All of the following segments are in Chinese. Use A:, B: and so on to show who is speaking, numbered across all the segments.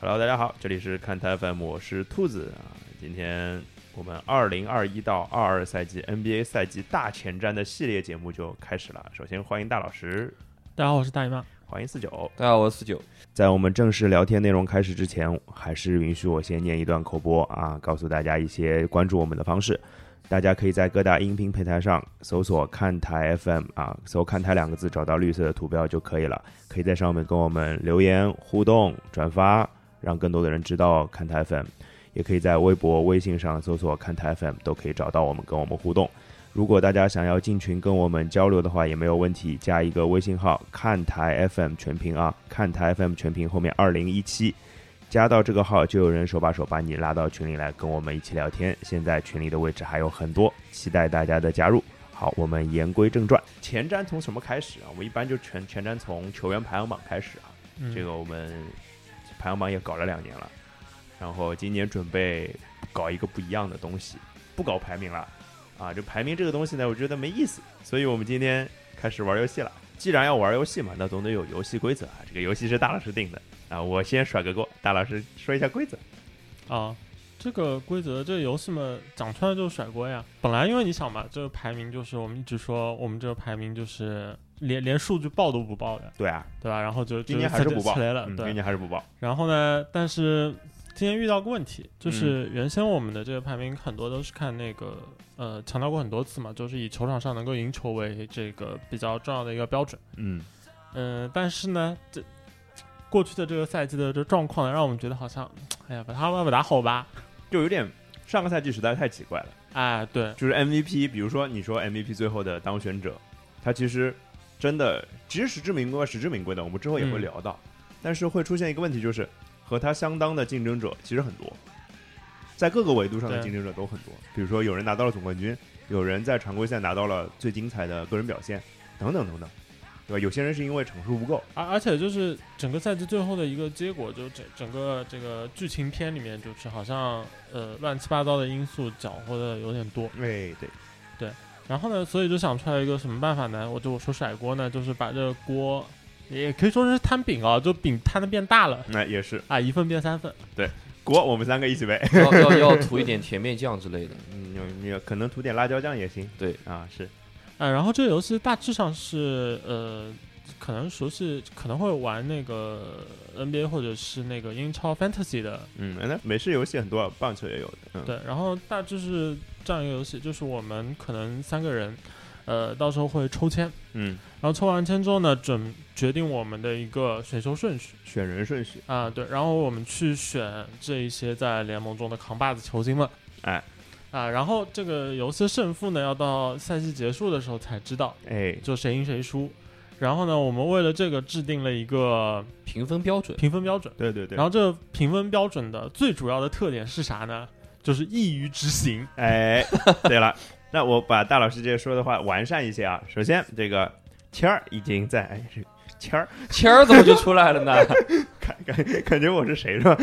A: Hello，大家好，这里是看台 FM，我是兔子啊。今天我们二零二一到二二赛季 NBA 赛季大前瞻的系列节目就开始了。首先欢迎大老师，
B: 大家好，我是大姨妈。
A: 欢迎四九。
C: 大家好，我是四九。
A: 在我们正式聊天内容开始之前，还是允许我先念一段口播啊，告诉大家一些关注我们的方式。大家可以在各大音频平台上搜索“看台 FM” 啊，搜“看台”两个字，找到绿色的图标就可以了。可以在上面跟我们留言互动、转发，让更多的人知道看台 FM。也可以在微博、微信上搜索“看台 FM”，都可以找到我们，跟我们互动。如果大家想要进群跟我们交流的话，也没有问题，加一个微信号“看台 FM 全屏”啊，“看台 FM 全屏”后面二零一七，加到这个号就有人手把手把你拉到群里来跟我们一起聊天。现在群里的位置还有很多，期待大家的加入。好，我们言归正传，前瞻从什么开始啊？我们一般就全前瞻从球员排行榜开始啊。
B: 嗯
A: 这个我们排行榜也搞了两年了，然后今年准备搞一个不一样的东西，不搞排名了啊！这排名这个东西呢，我觉得没意思，所以我们今天开始玩游戏了。既然要玩游戏嘛，那总得有游戏规则啊。这个游戏是大老师定的啊，我先甩个锅，大老师说一下规则。
B: 啊，这个规则，这个游戏嘛，讲穿了就是甩锅呀。本来因为你想嘛，这个排名就是我们一直说，我们这个排名就是连连数据报都不报的，
A: 对啊，
B: 对吧？然后就
A: 今年还是不报，
B: 来了，
A: 嗯今
B: 对。
A: 年还是不报。
B: 然后呢，但是今天遇到个问题，就是
A: 嗯
B: 原先我们的这个排名很多都是看那个呃，强调过很多次嘛，就是以球场上能够赢球为这个比较重要的一个标准。
A: 嗯，
B: 嗯，但是呢，这过去的这个赛季的这状况呢，让我们觉得好像，哎呀，把他们把打好吧。
A: 就有点上个赛季实在太奇怪了。
B: 哎，对，
A: 就是 MVP，比如说你说 MVP 最后的当选者，他其实真的其实实至名归，啊实至名归的，我们之后也会
B: 嗯
A: 聊到。但是会出现一个问题，就是和他相当的竞争者其实很多，在各个维度上的
B: 对
A: 竞争者都很多。比如说有人拿到了总冠军，有人在常规赛拿到了最精彩的个人表现，等等等等，对吧？有些人是因为场数不够，
B: 而而且就是整个赛季最后的一个结果，就整整个这个剧情片里面，就是好像呃乱七八糟的因素搅和的有点多。
A: 哎，对，
B: 然后呢，所以就想出来一个什么办法呢？我就我说甩锅呢，就是把这个锅，也可以说是摊饼啊，就饼摊的变大了
A: 那哎也是
B: 啊，一份变三份。
A: 国，我们三个一起呗。
C: 要要要涂一点甜面酱之类的。
A: 嗯，你你可能涂点辣椒酱也行。
C: 对
A: 啊，是
B: 啊，然后这个游戏大致上是呃，可能熟悉可能会玩那个呃 NBA 或者是那个英超 Fantasy 的，
A: 嗯，那美式游戏很多，棒球也有的。嗯，
B: 对。然后大致是这样一个游戏，就是我们可能三个人，呃，到时候会抽签，
A: 嗯，
B: 然后抽完签之后呢，准决定我们的一个选秀顺序
A: 选人顺序，
B: 啊、对。然后我们去选这一些在联盟中的扛把子球星们，
A: 哎。
B: 啊，然后这个游戏胜负呢，要到赛季结束的时候才知道，
A: 哎，
B: 就谁赢谁输。然后呢，我们为了这个制定了一个
C: 评分标准，
B: 评分标准。
A: 对对对，
B: 然后这个评分标准的最主要的特点是啥呢？就是易于执行。
A: 哎，对了，那我把大老师这说的话完善一些啊。首先，这个谦儿已经在，哎，这谦儿
C: 签儿怎么就出来 了呢？
A: 感感感觉我是谁是吧？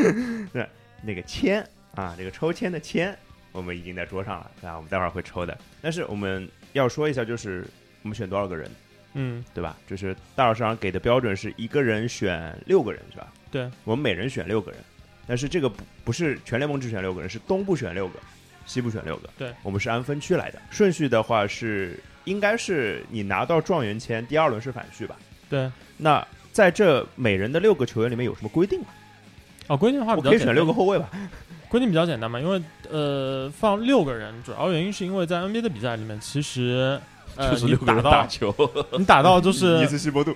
A: 对，那个签啊，这个抽签的签，我们已经在桌上了啊，我们待会儿会抽的。但是我们要说一下，就是我们选多少个人，
B: 嗯，
A: 对吧？就是大老师好像给的标准是一个人选六个人，是吧？
B: 对，
A: 我们每人选六个人，但是这个不不是全联盟只选六个人，是东部选六个，西部选六个。
B: 对，
A: 我们是按分区来的，顺序的话是应该是你拿到状元签，第二轮是反序吧？
B: 对。
A: 那在这每人的六个球员里面有什么规定吗？
B: 哦，规定的话
A: 我
B: 比较
A: 可以
B: 简单
A: 选六个，后卫吧？
B: 规定比较简单嘛，因为呃，放六个人，主要原因是因为在 NBA 的比赛里面，其实呃，
C: 就是
B: 你
C: 六个
B: 打
C: 人打
B: 到
C: 球，
B: 你打到就是
A: 一次西伯 杜。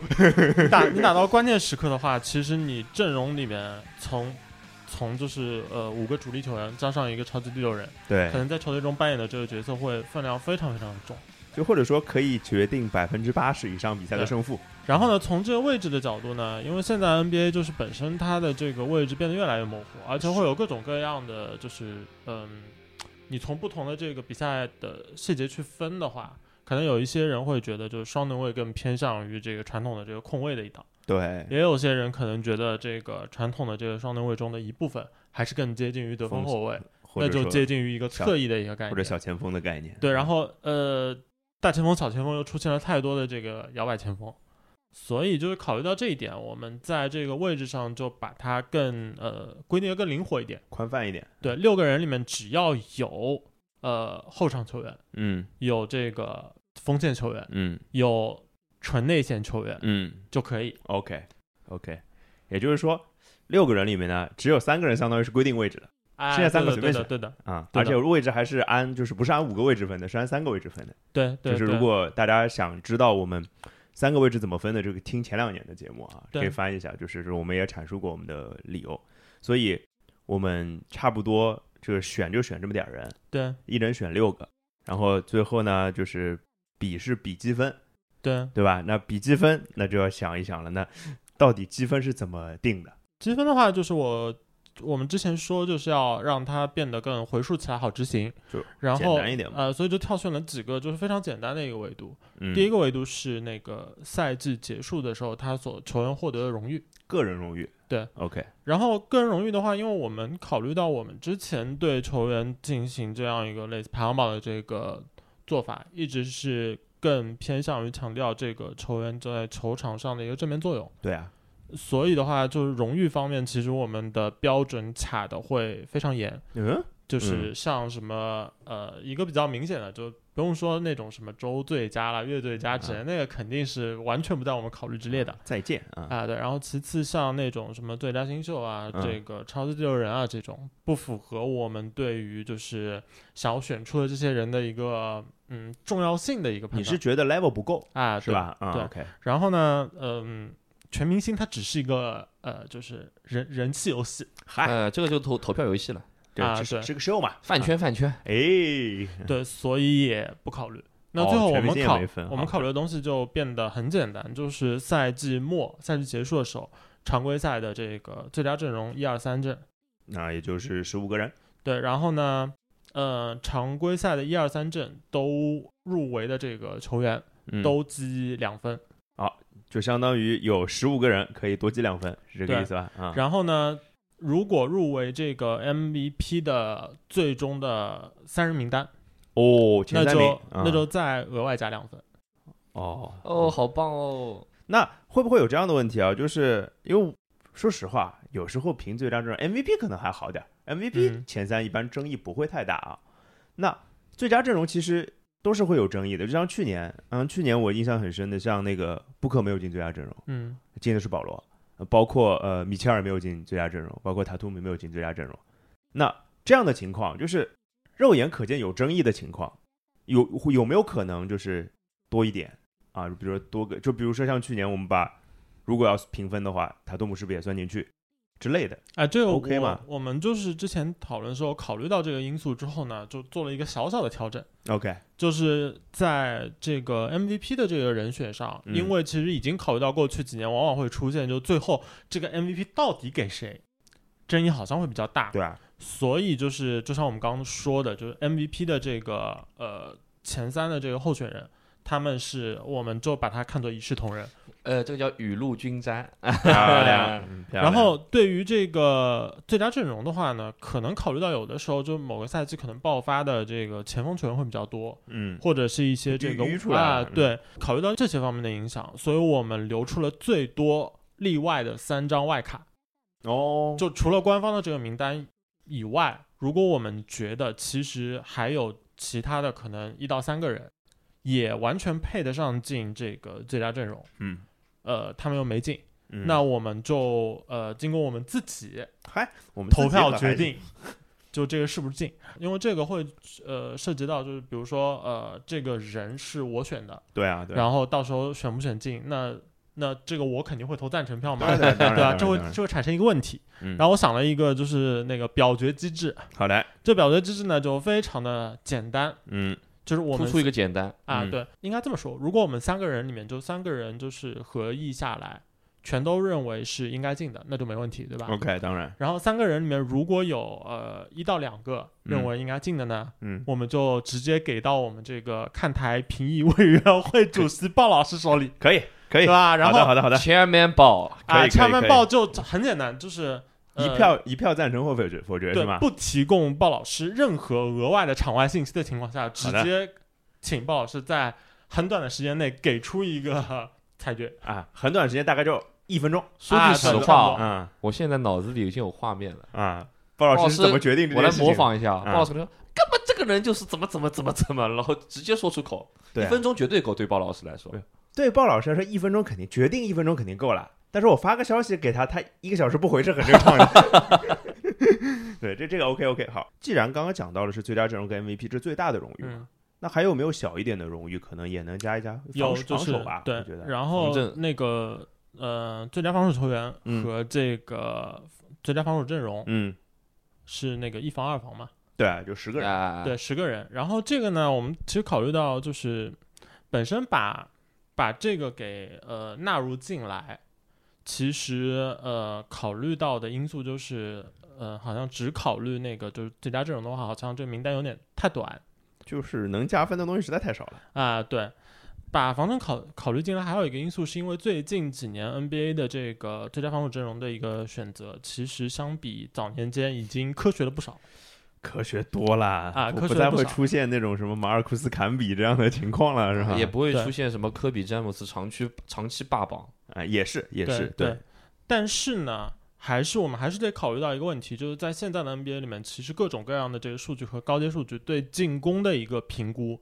B: 你打你打到关键时刻的话，其实你阵容里面从从就是呃五个主力球员加上一个超级第六人，
A: 对
B: 可，能在球队中扮演的这个角色会分量非常非常重。
A: 就或者说可以决定百分之八十以上比赛的
B: 对
A: 胜负。
B: 然后呢，从这个位置的角度呢，因为现在 NBA 就是本身它的这个位置变得越来越模糊，而且会有各种各样的，就是嗯，你从不同的这个比赛的细节去分的话，可能有一些人会觉得就是双能位更偏向于这个传统的这个控卫的一档，
A: 对，
B: 也有些人可能觉得这个传统的这个双能位中的一部分还是更接近于得分
A: 锋
B: 后卫，
A: 或
B: 那
A: 者
B: 就
A: 说
B: 接近于一个侧翼的一个概念，
A: 或者小前锋的概念。
B: 对，然后呃，大前锋、小前锋又出现了太多的这个摇摆前锋，所以就是考虑到这一点，我们在这个位置上就把它更呃规定的更灵活一点。
A: 宽泛一点。
B: 对，六个人里面只要有呃后场球员，
C: 嗯
B: 有这个锋线球员，
C: 嗯
B: 有纯内线球员
C: 嗯，
B: 就可以。
A: OK OK，也就是说，六个人里面呢，只有三个人相当于是规定位置的
B: 哎
A: 现在三个
B: 对
A: 随
B: 的
A: 便选
B: 对的，
A: 啊，
B: 对
A: 而
B: 的
A: 且位置还是按就是不是按五个位置分的，是按三个位置分的。
B: 对对对，
A: 就是如果大家想知道我们三个位置怎么分的，这个听前两年的节目啊，
B: 对
A: 可以翻一下，就是我们也阐述过我们的理由，所以我们差不多就是选就选这么点儿人，
B: 对
A: 一人选六个，然后最后呢就是比是比积分，
B: 对
A: 对吧？那比积分那就要想一想了，那到底积分是怎么定的？
B: 积分的话，就是我我们之前说就是要让它变得更回溯起来好执行，
A: 就
B: 然后
A: 简单一点嘛
B: 呃，所以就挑选了几个就是非常简单的一个维度。
A: 嗯，
B: 第一
A: 个
B: 个维度是那个赛季结束的时候他所球员获得的荣誉。
A: 个人荣誉，
B: 对
A: ，OK，
B: 然后个人荣誉的话，因为我们考虑到我们之前对球员进行这样一个类似排行榜的这个做法，一直是更偏向于强调这个球员在球场上的一个正面作用。
A: 对啊，
B: 所以的话，就是荣誉方面，其实我们的标准卡的会非常严，
A: 嗯，
B: 就是像什么、呃，一个比较明显的，就不用说那种什么州最佳啦、乐队
A: 啊
B: 佳之类，那个肯定是完全不在我们考虑之列的。
A: 再见啊，
B: 啊，对，然后其次像那种什么最佳新秀啊、
A: 嗯
B: 这个超级第六人啊这种，不符合我们对于就是想要选出的这些人的一个嗯重要性的一个判断。
A: 你是觉得 level 不够
B: 啊，
A: 是
B: 对
A: 吧？啊
B: 对
A: ，OK，
B: 然后呢，嗯，全明星它只是一个呃，就是人人气游戏，
A: 嗨，
C: 呃，这个就投投票游戏了，
A: 对
B: 啊
A: 这是
B: 对
A: 是个 show 嘛，
C: 饭圈饭圈，
A: 哎，
B: 对，所以也不考虑。那
A: 哦
B: 最后我
A: 全明
B: 们
A: 星也
B: 考、
A: 没分
B: 我
A: 好
B: 们考虑的东西就变得很简单，就是赛季末赛季结束的时候，常规赛的这个最佳阵容一二三阵，
A: 那也就是十五个人，
B: 对，然后呢，呃，常规赛的一二三阵都入围的这个球员
C: 嗯
B: 都积两分，
A: 就相当于有十五个人可以多积两分，是这个
B: 对
A: 意思吧？啊，
B: 然后呢，如果入围这个 MVP 的最终的三人名单。
A: 哦，前
B: 那
A: 三名
B: 就，
A: 啊
B: 那就再额外加两分。
A: 哦
C: 哦，，好棒哦，
A: 那会不会有这样的问题啊？就是因为说实话，有时候评最佳阵容 MVP 可能还好点儿，MVP
B: 嗯
A: 前三一般争议不会太大啊。那最佳阵容其实都是会有争议的，就像去年，嗯，去年我印象很深的，像那个布克没有进最佳阵容，
B: 嗯，
A: 进的是保罗，呃包括呃米切尔没有进最佳阵容，包括塔图姆没有进最佳阵容。那这样的情况就是肉眼可见有争议的情况，有有没有可能就是多一点啊？比如说多个，就比如说像去年我们把如果要是评分的话，塔图姆是不是也算进去之类的？
B: 哎，这个
A: OK
B: 我
A: 嘛
B: 我们就是之前讨论的时候，考虑到这个因素之后呢，就做了一个小小的调整，
A: OK，
B: 就是在这个 MVP 的这个人选上，
A: 嗯
B: 因为其实已经考虑到过去几年往往会出现，就最后这个 MVP 到底给谁，争议好像会比较大。
A: 对 啊，
B: 所以就是，就像我们刚刚说的，就是 MVP 的这个呃前三的这个候选人，他们是我们就把它看作一视同仁。
C: 呃，这个叫雨露均沾，
A: 漂亮。嗯漂亮
B: 然后对于这个最佳阵容的话呢，可能考虑到有的时候就某个赛季可能爆发的这个前锋球员会比较多，
A: 嗯
B: 或者是一些这个
A: 淤淤出来
B: 啊，
A: 了嗯
B: 对，考虑到这些方面的影响，所以我们留出了最多例外的三张外卡，
A: 哦，
B: 就除了官方的这个名单以外，如果我们觉得其实还有其他的可能一到三个人，也完全配得上进这个最佳阵容，
A: 嗯
B: 呃，他们又没进，
A: 嗯
B: 那我们就呃经过我们自己。
A: 嗨，我们自己
B: 投票
A: 可
B: 决
A: 还
B: 定，就这个是不是进，因为这个会呃涉及到就是比如说呃这个人是我选的，
A: 对啊，对啊，
B: 然后到时候选不选进，那那这个我肯定会投赞成票嘛，
A: 当然当然
B: 对
A: 当
B: 吧？
A: 然
B: 这会
A: 当然
B: 这会产生一个问题。
A: 嗯
B: 然后我想了一个就是那个表决机制，
A: 好嘞，
B: 这表决机制呢就非常的简单，
A: 嗯
B: 就是我
C: 突
B: 们
C: 出一个简单，
B: 啊
A: 嗯
B: 对，应该这么说，如果我们三个人里面就三个人就是合意下来，全都认为是应该进的，那就没问题，对吧？
A: ，OK，当然，
B: 然后三个人里面如果有呃一到两个
A: 嗯
B: 认为应该进的呢，
A: 嗯，
B: 我们就直接给到我们这个看台评议委员会主席鲍老师 手里，
A: 可以，可以
B: 对，吧？然
A: 哎好的，
B: 后
A: 好的，好的，
C: ，Chairman 宝，
A: 可
B: 啊，
A: 以
B: 恰
A: 可
B: 曼
A: 以
B: 鲍就很简单，就是、呃
A: 一票一票赞成或否决否决是
B: 对
A: 吗？
B: 不提供鲍老师任何额外的场外信息的情况下，直
A: 好的
B: 接请鲍老师在很短的时间内给出一个 裁决。
A: 啊，很短时间，大概就一分钟
B: 说句
C: 啊
B: 实
C: 实
B: 话
C: 话
B: 啊，
A: 啊
C: 我现在脑子里已经有画面了，
A: 啊！鲍老师是怎么决定这
C: 我来
A: 件事情
C: 模？仿一下，
A: 啊
C: 鲍老师说。根本这个人就是怎么怎么怎么怎么，然后直接说出口，
A: 对
C: 一
A: 啊
C: 分钟绝对够，对鲍老师来说
A: 对，对鲍老师来说，一分钟肯定决定一分钟肯定够了。但是我发个消息给他，他一个小时不回是很正常的。 对，这这个 OK OK 好。既然刚刚讲到的是最佳阵容跟 MVP 这是最大的荣誉嘛，
B: 嗯，
A: 那还有没有小一点的荣誉，可能也能加一加
B: 有
A: 防
B: 就
A: 防
B: 是
A: 守吧？
B: 对
A: 我觉，得
B: 然后
C: 防阵
B: 那个呃，最佳防守球员
A: 嗯
B: 和这个最佳防守阵容
A: 嗯，
B: 是那个一防二防嘛，
A: 对啊，就十个人，
C: 啊，
B: 对，十个人。然后这个呢，我们其实考虑到就是本身把把这个给呃纳入进来，其实呃考虑到的因素就是呃好像只考虑那个就是最佳阵容的话，好像这个名单有点太短
A: 就是能加分的东西实在太少了。
B: 啊、对。把防守考考虑进来，还有一个因素是因为最近几年 NBA 的这个最佳防守阵容的一个选择，其实相比早年间已经科学了不少。
A: 科学多啦
B: 啊
A: 不
B: 科学
A: 不再
B: 不
A: 会
B: 少
A: 出现那种什么马尔库斯坎比这样的情况了，是吧？
C: 也不会
B: 对
C: 出现什么科比詹姆斯长期长期霸榜，
A: 啊，也是也是
B: 对但是呢，还是我们还是得考虑到一个问题，就是在现在的 NBA 里面，其实各种各样的这个数据和高阶数据对进攻的一个评估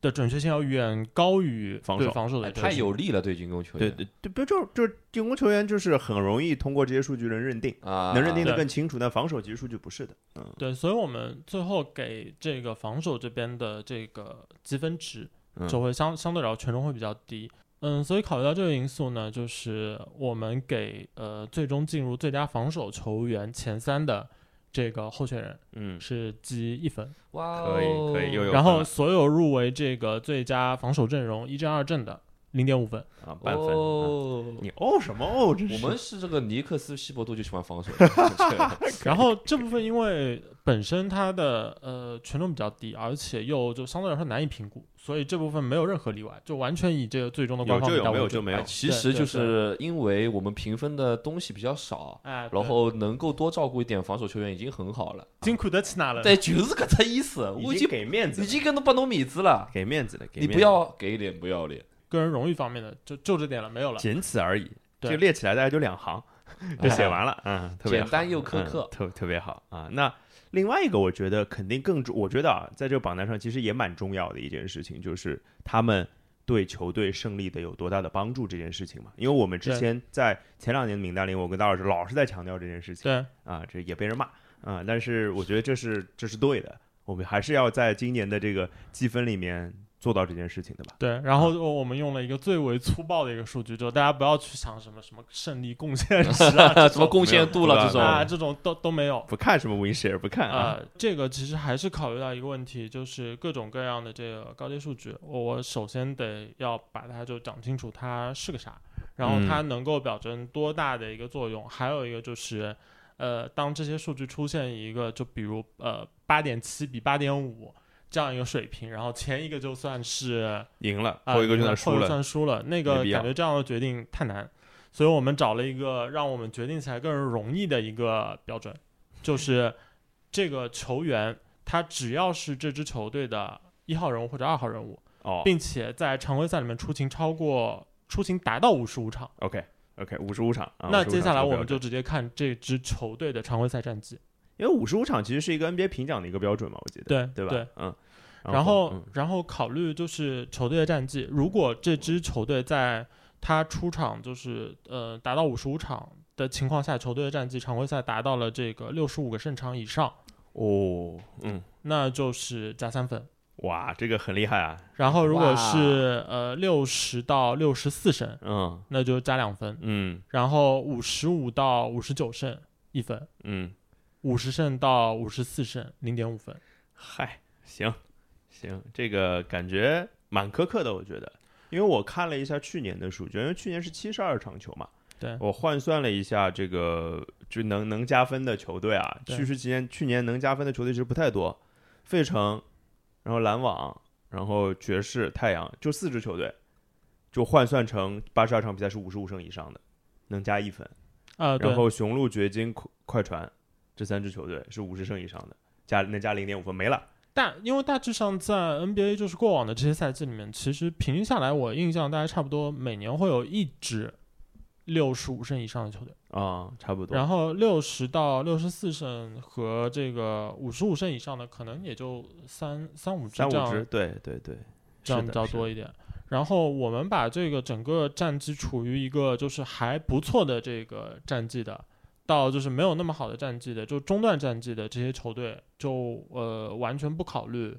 B: 的准确性要远高于
A: 防
B: 对
A: 守
B: 防守的
C: 哎
B: 这个
C: 太
B: 数
C: 有利了对进攻球
A: 对
C: 员，
A: 对对，不就就是进攻球员就是很容易通过这些数据能认定，
C: 啊，
A: 能认定的
B: 对
A: 更清楚。但防守其实数据不是的，嗯，
B: 对，所以我们最后给这个防守这边的这个积分值
A: 嗯
B: 就会相相对来说权重会比较低。嗯，所以考虑到这个因素呢，就是我们给呃最终进入最佳防守球员前三的这个候选人
A: 嗯，
B: 是积一分。
C: 哇
A: 可以
C: 哦
A: 可以又有分
B: 然后
A: 了
B: 所有入围这个最佳防守阵容一阵二阵的零点五分，
A: 啊，半分。啊
C: 哦
A: 你哦什么哦？这是
C: 我们是这个尼克斯西伯杜就喜欢防 守，
B: 然后这部分因为本身它的呃权重比较低，而且又就相对来说难以评估，所以这部分没有任何例外，就完全以这个最终的
A: 有
B: 官方
A: 就
B: 名
A: 有，
B: 单
A: 没
B: 为
A: 有
B: 准。
A: 就没有
C: 哎。其实
B: 对
C: 就
B: 对
C: 是因为我们评分的东西比较少，
B: 哎，对
C: 然后能够多照顾一点防守球员已经很好了。
B: 辛苦得起哪了？
C: 对，就是搿只意思，我
A: 已经
C: 已经
A: 给面子
C: 已
A: 了，
C: 经跟侬把侬面子了，
A: 给面子了，给
C: 你
A: 面
C: 不
A: 子
C: 要给脸不要脸，
B: 个人荣誉方面的就就这点了，没有了。
A: 仅此而已。
B: 对
A: 就列起来大概就两行，就写完了啊，特别
C: 简
A: 好
C: 单又苛刻
A: 嗯。特特别好啊。那另外一个，我觉得肯定更重，我觉得啊，在这个榜单上其实也蛮重要的一件事情，就是他们对球队胜利的有多大的帮助这件事情嘛。因为我们之
B: 对
A: 前在前两年的名单里，我跟大老师老是在强调这件事情
B: 对，
A: 啊，这也被人骂啊，但是我觉得这是这是对的，我们还是要在今年的这个积分里面做到这件事情的吧。
B: 对，然后我们用了一个最为粗暴的一个数据，就大家不要去想什么什么胜利贡 献值啊，这
C: 什么
B: 种
C: 贡献度了这
A: 没有
B: 啊
C: 种，
B: 这种都都没有。
A: 不看什么 win share，不看啊，
B: 呃，这个其实还是考虑到一个问题，就是各种各样的这个高阶数据，我我首先得要把它就讲清楚它是个啥，然后
A: 嗯
B: 它能够表征多大的一个作用，还有一个就是，呃，当这些数据出现一个就比如呃八点七比八点五这样一个水平，然后前一个就算是
A: 赢了，
B: 啊
A: 后一个就算
B: 赢了
A: 输
B: 后一个
A: 了，
B: 算输了，那
A: 没
B: 个
A: 必要
B: 感觉这样的决定太难，所以我们找了一个让我们决定起来更容易的一个标准，就是这个球员他只要是这支球队的一号人物或者二号人物，
A: 哦
B: 并且在常规赛里面出勤超过出勤达到五十五场，
A: ，OK OK，五十五场，啊
B: 那
A: 55
B: 接下
A: 场
B: 来
A: 这个
B: 我
A: 标准
B: 们就直接看这支球队的常规赛战绩。
A: 因为五十五场其实是一个 NBA 评奖的一个标准嘛，我记得，
B: 对
A: 对吧？
B: 对
A: 嗯。
B: 然后，
A: 嗯
B: 然后考虑就是球队的战绩，如果这支球队在他出场就是呃达到五十五场的情况下，球队的战绩常规赛达到了这个六十五个胜场以上，
A: 哦，嗯，
B: 那就是加三分。
A: 哇，这个很厉害啊，
B: 然后如果
C: 哇
B: 是呃六十到六十四胜，
A: 嗯
B: 那就加两分；
A: 嗯
B: 然后五十五到五十九胜一分，
A: 嗯，
B: 五十胜到五十四胜零点五分。
A: 嗨，行行，这个感觉蛮苛刻的，我觉得，因为我看了一下去年的数据，因为去年是七十二场球嘛，
B: 对
A: 我换算了一下这个就能能加分的球队啊，
B: 对
A: 去世期间去年能加分的球队其实不太多，费城，然后篮网，然后爵士、太阳，就四支球队，就换算成八十二场比赛是五十五胜以上的，能加一分。
B: 啊、对
A: 然，后雄鹿、掘金、快快船这三支球队是五十胜以上的，加能加零点五分没了。
B: 大，因为大致上在 NBA 就是过往的这些赛季里面，其实平均下来，我印象大概差不多每年会有一支六十五胜以上的球队，
A: 啊，差不多。
B: 然后六十到六十四胜和这个五十五胜以上的，可能也就三三五支
A: 三
B: 这
A: 五支，
B: 样
A: 对对对，
B: 这样
A: 是
B: 比
A: 的
B: 较
A: 是
B: 多一点。然后我们把这个整个战绩处于一个就是还不错的这个战绩的，到就是没有那么好的战绩的，就中段战绩的这些球队，就呃完全不考虑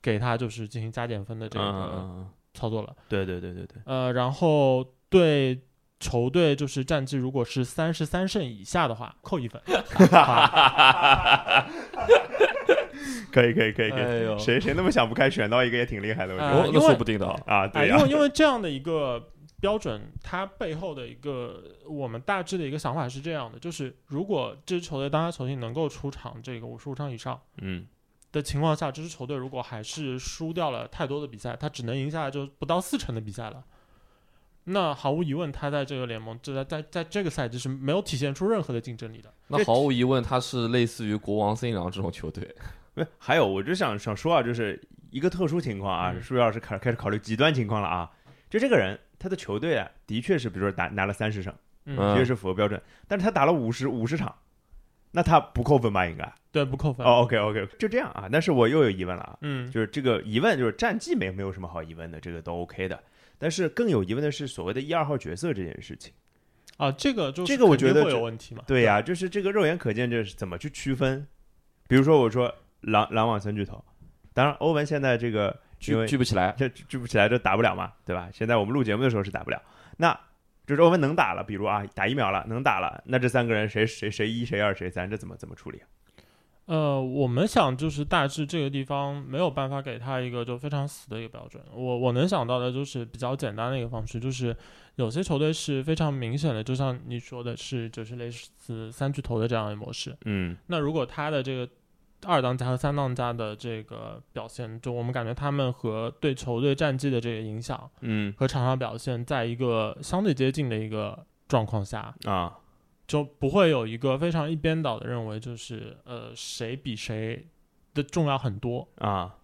B: 给他就是进行加减分的这
A: 嗯嗯
B: 个
A: 嗯嗯，
B: 操作了。
A: 对对对对对，
B: 呃，然后对球队就是战绩如果是三十三胜以下的话，扣一分。啊
A: 可以可以可以可以。
C: 哎呦，
A: 谁谁那么想不开，选到一个也挺厉害的，我觉
B: 啊
A: 得
C: 哦
B: 因
C: 那说
B: 为
C: 不定的啊。
A: 啊，
B: 哎
A: 对
B: 因
A: 呀，
B: 为因为这样的一个标准，它背后的一个我们大致的一个想法是这样的，就是如果这支球队当他球星能够出场这个五十五场以上。
A: 嗯
B: 的情况下，这支球队如果还是输掉了太多的比赛，他只能赢下来就不到四成的比赛了。那毫无疑问，他在这个联盟，这在在在这个赛季是没有体现出任何的竞争力的。
C: 那毫无疑问，他是类似于国王、森林狼这种球队。
A: 不是，还有我就想想说啊，就是一个特殊情况啊，
B: 嗯
A: 舒要是开开始考虑极端情况了啊。就这个人，他的球队啊，的确是，比如说打拿了三十胜，的
C: 嗯
A: 确是符合标准，但是他打了五十五十场，那他不扣分吧？应该
B: 对，不扣分。
A: 哦，OK OK，就这样啊。但是我又有疑问了啊，
B: 嗯
A: 就是这个疑问就是战绩没没有什么好疑问的，这个都 OK 的。但是更有疑问的是所谓的一二号角色这件事情。
B: 啊，这个就是
A: 这个我觉得
B: 肯定会
A: 这
B: 有问题嘛。
A: 对呀、就是这个肉眼可见，这是怎么去区分？比如说我说篮篮网三巨头，当然欧文现在这个因
C: 聚
A: 为
C: 聚不起来，
A: 这聚不起来，这打不了嘛，对吧？现在我们录节目的时候是打不了，那就是欧文能打了，比如啊打疫苗了能打了，那这三个人谁谁谁一谁二谁三，这怎么怎么处理啊？
B: 呃，我们想就是大致这个地方没有办法给他一个就非常死的一个标准。我我能想到的就是比较简单的一个方式，就是有些球队是非常明显的，就像你说的是，就是类似三巨头的这样的模式。
A: 嗯
B: 那如果他的这个二当家和三当家的这个表现，就我们感觉他们和对球队战绩的这个影响
A: 嗯
B: 和场上表现，在一个相对接近的一个状况下，
A: 啊
B: 就不会有一个非常一边倒的认为就是呃谁比谁的重要很多，
A: 啊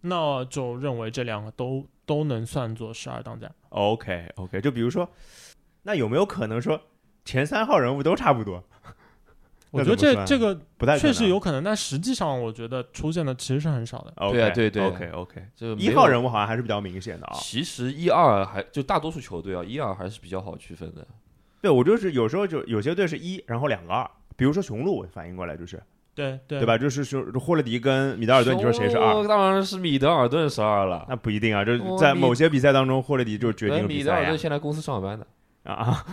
B: 那就认为这两个都都能算作是二当家。
A: ，OK OK，就比如说，那有没有可能说前三号人物都差不多？
B: 我
A: 那
B: 觉
A: 怎么
B: 得这
A: 算啊
B: 这个
A: 不太可
B: 确
A: 能
B: 实有。可能，但实际上我觉得出现的其实是很少的。
A: OK，
C: 对啊对对
A: ，OK OK，
C: 就没
A: 一
C: 有
A: 号人物好像还是比较明显的啊、
C: 其实一二还就大多数球队啊，一二还是比较好区分的。
A: 对我就是有时候就有些队是一，然后两个二，比如说雄鹿，我反应过来就是
B: 对对
A: 对吧？就是说霍勒迪跟米德尔顿，你说谁是二？
C: 雄鹿当然是米德尔顿是二了。
A: 那不一定啊，就是
C: 哦
A: 在
C: 米
A: 某些比赛当中，霍勒迪就决定
C: 哎
A: 了
C: 米
A: 比
C: 德尔
A: 赛呀
C: 顿现在公司上班的，
A: 啊啊！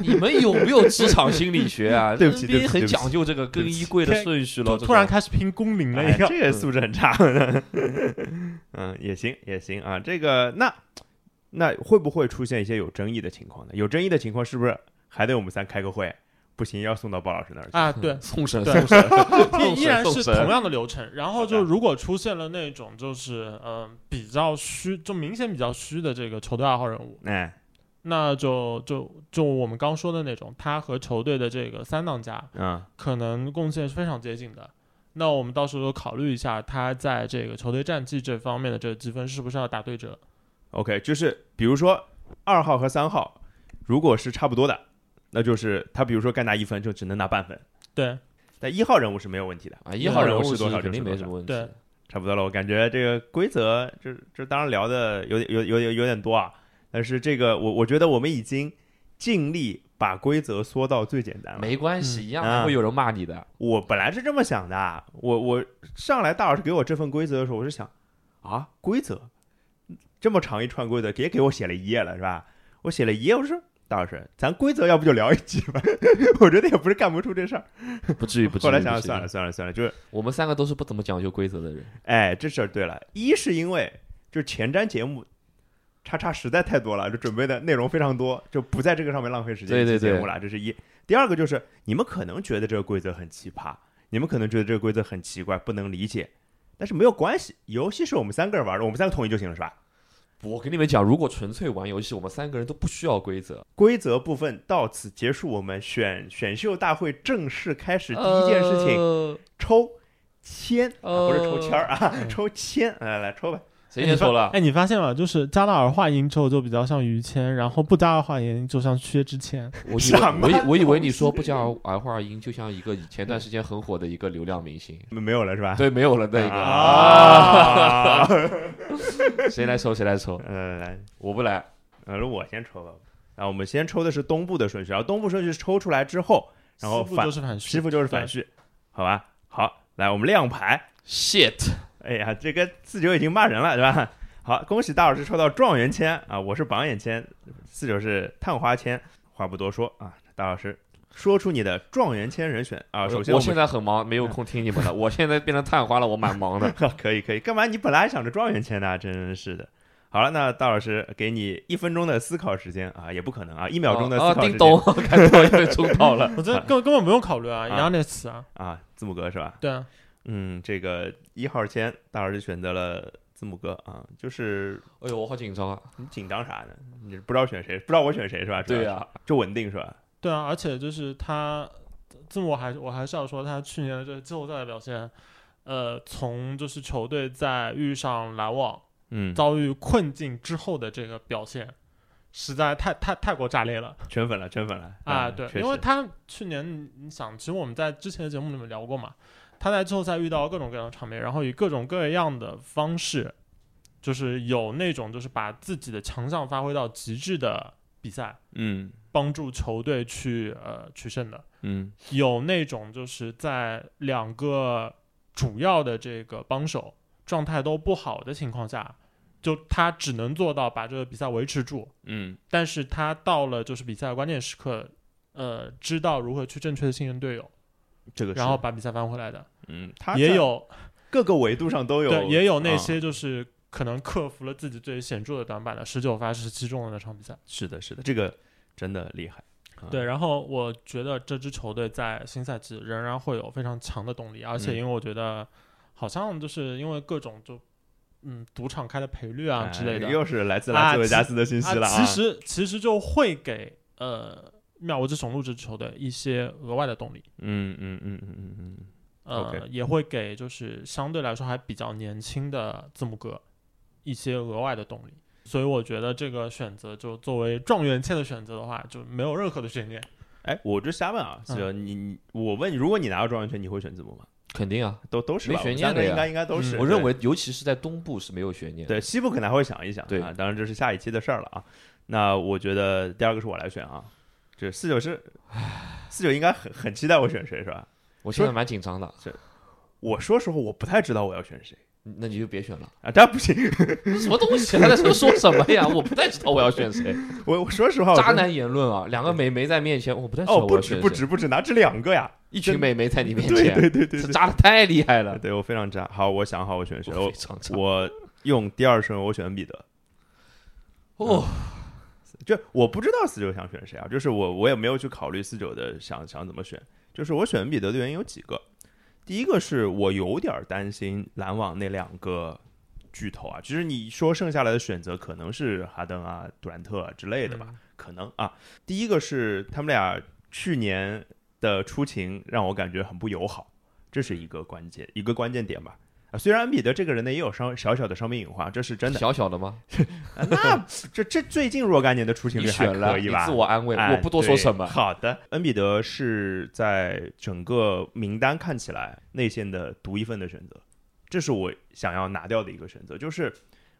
C: 你们有没有职场心理学啊？
A: 对不起对不
C: NBA
A: 起
C: 很讲究这个
A: 对
C: 更
A: 不起
C: 衣柜的
B: 天
C: 顺序了。
B: 突
C: 这
B: 突然
C: 种
B: 开始拼工龄了，
A: 哎
B: 一个。
A: 这个素质很差。嗯，也行也行啊，这个那那会不会出现一些有争议的情况呢？有争议的情况是不是还得我们三开个会？不行，要送到鲍老师那儿去。
B: 啊，对，
C: 送审
B: 对
C: 送审，
B: 依依然
C: 送
B: 是
C: 神
B: 同样的流程。然后
A: 好
B: 就
A: 的
B: 如果出现了那种就是嗯、呃比较虚，就明显比较虚的这个球队二号人物，
A: 哎
B: 那就就就我们刚说的那种，他和球队的这个三当家
A: 嗯
B: 可能贡献是非常接近的。那我们到时候考虑一下，他在这个球队战绩这方面的这个积分是不是要打对折？
A: ，OK，就是比如说二号和三号如果是差不多的，那就是他比如说该拿一分就只能拿半分，
B: 对，
A: 但一号人物是没有问题的。
C: 啊，一号人
A: 人物
C: 物
A: 是多少
C: 肯定
A: 就是
C: 没什么问题。
B: 多少
A: 差不多了，我感觉这个规则，这这当然聊的有点有有有有点多啊，但是这个我我觉得我们已经尽力把规则缩到最简单了。
C: 没关系，
B: 嗯
C: 一样
A: 啊
C: 还会有人骂你的。
A: 我本来是这么想的，啊我我上来大老师给我这份规则的时候，我是想啊，规则这么长一串规则，也给我写了一页了是吧？我写了一页，我说大老师，咱规则要不就聊一集吧？ 我觉得也不是干不出这事儿。
C: 不至于，不至
A: 后
C: 于。
A: 来想
C: 不
A: 想算
C: 至于
A: 了，算了算了，就是
C: 我们三个都是不怎么讲究规则的人。
A: 哎，这事儿对了，一是因为就是前瞻节目，叉叉实在太多了，就准备的内容非常多，就不在这个上面浪费时间
C: 对对
A: 一期节
C: 对
A: 目了，这是一。第二个就是你们可能觉得这个规则很奇葩，你们可能觉得这个规则很奇怪，不能理解，但是没有关系，游戏是我们三个人玩的，我们三个统一就行了，是吧？
C: 我跟你们讲，如果纯粹玩游戏，我们三个人都不需要规则。
A: 规则部分到此结束，我们选选秀大会正式开始第一件事情，
C: 呃
A: 抽签，啊不是抽签儿
C: 嗯
A: 啊，抽签，来来抽吧。
C: 谁先抽了？
B: 哎，你发现了，就是加了儿化音之后就比较像于谦，然后不加儿化音就像薛之谦。
C: 我以
A: 什么
C: 为我以我以为
A: 东
C: 你说
A: 西
C: 不加儿化音，就像一个前段时间很火的一个流量明星。
A: 没没有了是吧？
C: 对，没有了那个
A: 啊，
C: 谁来抽谁来抽，
A: 嗯， 来，
C: 我不来。
A: 呃，我先抽吧。啊，我们先抽的是东部的顺序，然后东部顺序抽出来之后，然后
B: 师傅
A: 反
B: 就是反
A: 师傅就是反序，好吧？好，来我们亮牌。
C: Shit，
A: 哎呀，这个四九已经骂人了，对吧？好，恭喜大老师抽到状元签啊！我是榜眼签，四九是探花签。话不多说啊，大老师说出你的状元签人选啊。
C: 我
A: 首先
C: 我
A: 们
C: 现在很忙，没有空听你们的。我现在变成探花了，我蛮忙的。
A: 啊可以可以，干嘛？你本来想着状元签的啊、真是的。好了，那大老师给你一分钟的思考时间啊，也不可能啊，一 秒钟的
B: 哦
A: 思
C: 啊，啊
A: 考时间
C: 叮咚，看到一分钟到 了。
B: 我这根根本不用考虑啊
A: 啊
B: ，Yanis 啊，
A: 啊，字母哥是吧？
B: 对啊，
A: 嗯，这个一号签，大老师选择了字母哥啊，就是
C: 哎呦，我好紧张啊！
A: 你紧张啥呢？你不知道选谁，不知道我选谁是吧？主要
C: 对啊
B: 啊
A: 是
C: 呀，
A: 就稳定是吧？
B: 对啊，而且就是他，字母我还我还是要说他去年的这个季后赛的表现，呃，从就是球队在遇上篮网
A: 嗯，
B: 遭遇困境之后的这个表现，实在太太太过炸裂了。
A: 圈粉了，圈粉了
B: 啊，对，
A: 嗯确
B: 因为
A: 实
B: 他去年你想，其实我们在之前的节目里面聊过嘛，他在季后赛遇到各种各样的场面，然后以各种各样的方式，就是有那种就是把自己的强项发挥到极致的比赛，
A: 嗯
B: 帮助球队去呃取胜的，
A: 嗯
B: 有那种就是在两个主要的这个帮手状态都不好的情况下，就他只能做到把这个比赛维持住，
A: 嗯
B: 但是他到了就是比赛的关键时刻，呃，知道如何去正确的信任队友，
A: 这个是
B: 然后把比赛扳回来的，
A: 嗯，他在
B: 也有
A: 各个维度上都有，
B: 对，也有那
A: 啊
B: 些就是可能克服了自己最显著的短板的十九发十七中的那场比赛。
A: 是的，是的，这个真的厉害。啊
B: 对，然后我觉得这支球队在新赛季仍然会有非常强的动力，而且
A: 嗯
B: 因为我觉得好像就是因为各种就嗯赌场开的赔率啊
A: 哎
B: 之类的，
A: 又是来自
B: 啊
A: 拉斯维
B: 其
A: 加斯的信息了啊
B: 其实其实就会给呃妙无之雄鹿这支球队一些额外的动力。
A: 嗯嗯嗯嗯嗯嗯。
B: 呃
A: OK
B: 也会给就是相对来说还比较年轻的字母哥一些额外的动力。所以我觉得这个选择就作为状元签的选择的话，就没有任何的悬念。
A: 哎，我就瞎问啊，
C: 嗯
A: 四九，你你我问你，如果你拿到状元签，你会选字母吗？
C: 肯定啊，
A: 都都是吧，
C: 没悬
A: 我们三
C: 念的
A: 个应
C: 呀
A: 该应该都是。
C: 啊嗯我认
A: 对
C: 为尤其是在东部是没有悬念。，
A: 对西部可能还会想一想
C: 对
A: 啊，当然这是下一期的事儿了啊。那我觉得第二个是我来选啊，这四九是四九应该很很期待我选谁是吧？
C: 我现在蛮紧张的，
A: 我说实话，我不太知道我要选谁
C: 那你就别选了。
A: 啊，当然不行，
C: 什么东西？他在说说什么呀？我不太知道我要选谁，
A: 我我说实话，我
C: 渣
A: 真的
C: 男言论啊！两个美眉在面前，我不太知道
A: 哦，
C: 我
A: 不
C: 要
A: 止
C: 选
A: 不
C: 谁。
A: 止不止，拿这两个呀，
C: 一群美眉在你面
A: 对
C: 前，
A: 对对对
C: 这
A: 对，
C: 渣的太厉害
A: 啊
C: 了。
A: 对我非常渣。好，我想好我选谁，
C: 我
A: 我
C: 非常渣
A: 我用第二顺位我选彼得，
C: 哦，
A: 就我不知道四九想选谁啊，就是我我也没有去考虑四九的想想怎么选，就是我选彼得的原因有几个，第一个是我有点儿担心篮网那两个巨头啊，其实你说剩下来的选择可能是哈登啊、杜兰特啊之类的吧，
B: 嗯
A: 可能啊，第一个是他们俩去年的出勤让我感觉很不友好，这是一个关键一个关键点吧。啊，虽然安彼得这个人呢也有伤小小的伤病隐患，这是真的。
C: 小小的吗？
A: 啊 那这这最近若干年的出勤
C: 你
A: 率还
C: 选了，
A: 可以
C: 你
A: 吧？
C: 自我安慰，
A: 哎
C: 我不多说什么
A: 对。好的，恩比德是在整个名单看起来内线的独一份的选择，这是我想要拿掉的一个选择，就是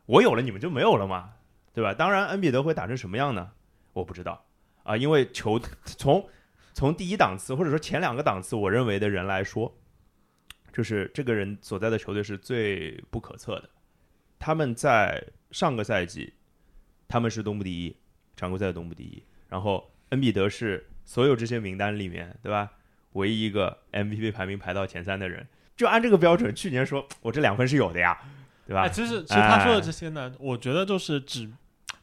A: 我有了你们就没有了嘛，对吧？当然，恩比德会打成什么样呢？我不知道啊、因为球从从第一档次或者说前两个档次我认为的人来说，就是这个人所在的球队是最不可测的。他们在上个赛季他们是东部第一，常规赛的东部第一，然后恩比德是所有这些名单里面，对吧？唯一一个 MVP 排名排到前三的人，就按这个标准，去年说我这两分是有的呀，对吧？
B: 哎，其实其实他说的这些呢，我觉得就是只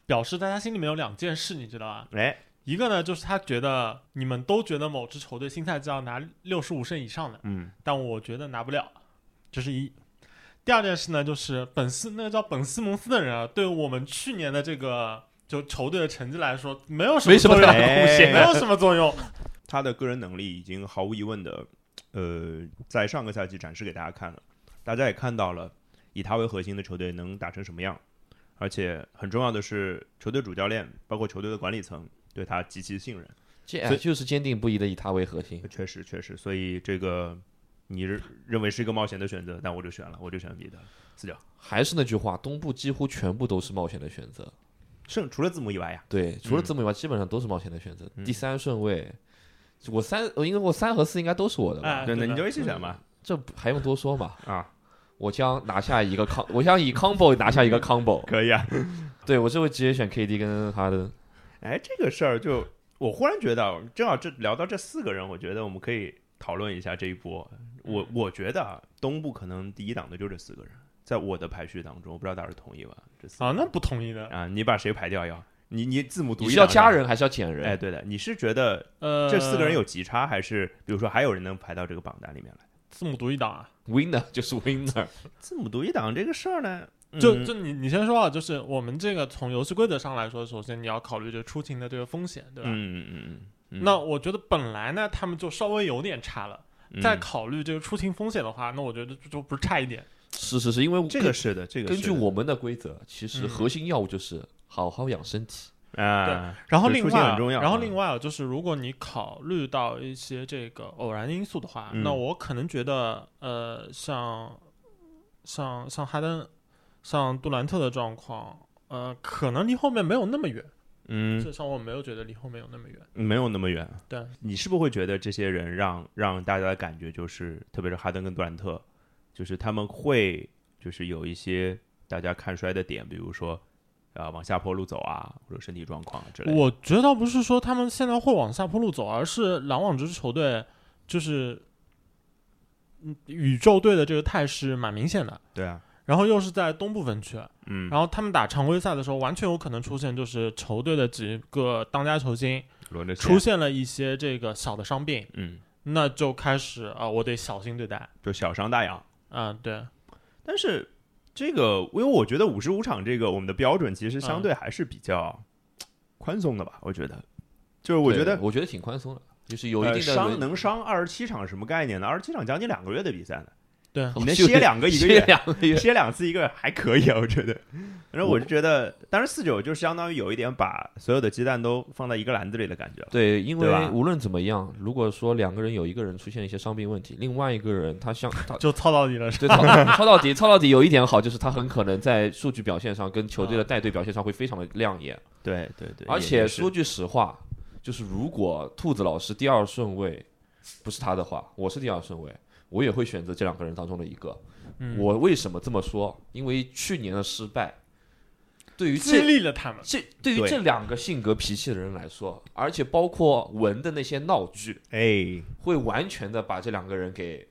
B: 表示大家心里面有两件事，你知道吧？
A: 哎，
B: 一个呢就是他觉得你们都觉得某支球队新赛季要拿六十五胜以上的，
A: 嗯，
B: 但我觉得拿不了，这是一。第二件事呢，就是本斯那个叫本斯蒙斯的人啊，对我们去年的这个就球队的成绩来说，没有什么
C: 没什么
B: 作
C: 大
B: 用
A: 哎
C: 贡
B: 没
C: 献，
B: 有什么作用。
A: 他的个人能力已经毫无疑问的呃，在上个赛季展示给大家看了，大家也看到了以他为核心的球队能打成什么样，而且很重要的是，球队主教练包括球队的管理层对他极其信任。
C: 这
A: 所以
C: 就是哎坚定不移的以他为核心。
A: 确实，确实，所以这个你认认为是一个冒险的选择，但我就选了，我就选彼得四角，
C: 还是那句话，东部几乎全部都是冒险的选择。
A: 剩除了字母以外呀，
C: 对，除了
A: 嗯
C: 字母以外，基本上都是冒险的选择。
A: 嗯
C: 第三顺位，我三，我应该我三和四应该都是我的吧？
B: 哎，
A: 对，那
B: 的
A: 你就一起选吧。
C: 这不还用多说吗？
A: 啊，
C: 我将拿下一个康，我将以 combo 拿下一个 combo。
A: 可以啊。
C: 对我这回直接选 KD 跟哈登。
A: 哎，这个事儿就我忽然觉得，正好这聊到这四个人，我觉得我们可以讨论一下这一波。我我觉得啊，东部可能第一档的就这四个人，在我的排序当中，我不知道大家同意吧？这四个
B: 啊，那不同意的。
A: 啊，你把谁排掉要？你你字母读
C: 你
A: 一
C: 是要
A: 档
C: 加
A: 的？
C: 人还是要减人？
A: 哎，对的，你是觉得
B: 呃，
A: 这四个人有极差，还是比如说还有人能排到这个榜单里面来？
B: 字母读一档啊，
C: winner 就是 winner，
A: 字母读一档这个事儿呢，
B: 就
A: 嗯
B: 就你你先说啊，就是我们这个从游戏规则上来说，首先你要考虑这个出勤的这个风险，对吧？
A: 嗯嗯嗯嗯，
B: 那我觉得本来呢，他们就稍微有点差了，
A: 嗯
B: 再考虑这个出勤风险的话，那我觉得就就不是差一点，
C: 是是是，因为
A: 嗯这个是的，这个
C: 根
A: 是
C: 据
A: 的
C: 我们的规则，其实
B: 嗯
C: 核心要务就是好好养身体。
A: 啊，
B: 然后
A: 对
B: 另
A: 出
B: 外
A: 勤
B: 啊，
A: 很重要
B: 然后
A: 嗯
B: 另外啊，就是如果你考虑到一些这个偶然因素的话，
A: 嗯
B: 那我可能觉得，呃，像像像哈登、像杜兰特的状况，呃，可能离后面没有那么远，
A: 嗯，
B: 至少我没有觉得离后面有那么远。
A: 没有那么远。
B: 对，
A: 你是不是会觉得这些人让让大家的感觉就是，特别是哈登跟杜兰特，就是他们会就是有一些大家看衰的点，比如说呃往下坡路走啊，或者身体状况啊之类的。
B: 我觉得倒不是说他们现在会往下坡路走，而是篮网这支球队就是，嗯，宇宙队的这个态势蛮明显的，
A: 对啊，
B: 然后又是在东部分区，
A: 嗯，
B: 然后他们打常规赛的时候，完全有可能出现就是球队的几个当家球星
A: 轮着
B: 出现了一些这个小的伤病，
A: 嗯，
B: 那就开始啊、我得小心对待。
A: 就小伤大养。
B: 啊、对，
A: 但是这个，因为我觉得五十五场这个我们的标准其实
C: 嗯
A: 相对还是比较宽松的吧，我觉得。就是我觉得
C: 对我觉得挺宽松的，就是有一
A: 呃
C: 定的
A: 伤
C: 轮
A: 能 伤二十七场什么概念呢？二十七场将近两个月的比赛呢，
B: 对，
A: 你能歇两个一个月
C: 哦歇两个 月。
A: 歇两次一个还可以啊，我觉得。反正我
C: 我
A: 是觉得，当然四九就相当于有一点把所有的鸡蛋都放在一个篮子里的感觉了。
C: 对，因
A: 对吧
C: 为无论怎么样，如果说两个人有一个人出现一些伤病问题，另外一个人他像 他
B: 就操到你了。
C: 对，操操到底，操到底有一点好，就是他很可能在数据表现上跟球队的带队表现上会非常的亮眼。
A: 对对对，
C: 而
A: 也
C: 且
A: 也是
C: 说句实话，就是如果兔子老师第二顺位不是他的话，我是第二顺位，我也会选择这两个人当中的一个。
B: 嗯，
C: 我为什么这么说？因为去年的失败，对于
B: 激
C: 这
B: 励了他们。
C: 这对于
A: 对
C: 这两个性格脾气的人来说，而且包括文的那些闹剧，
A: 哎
C: 会完全的把这两个人给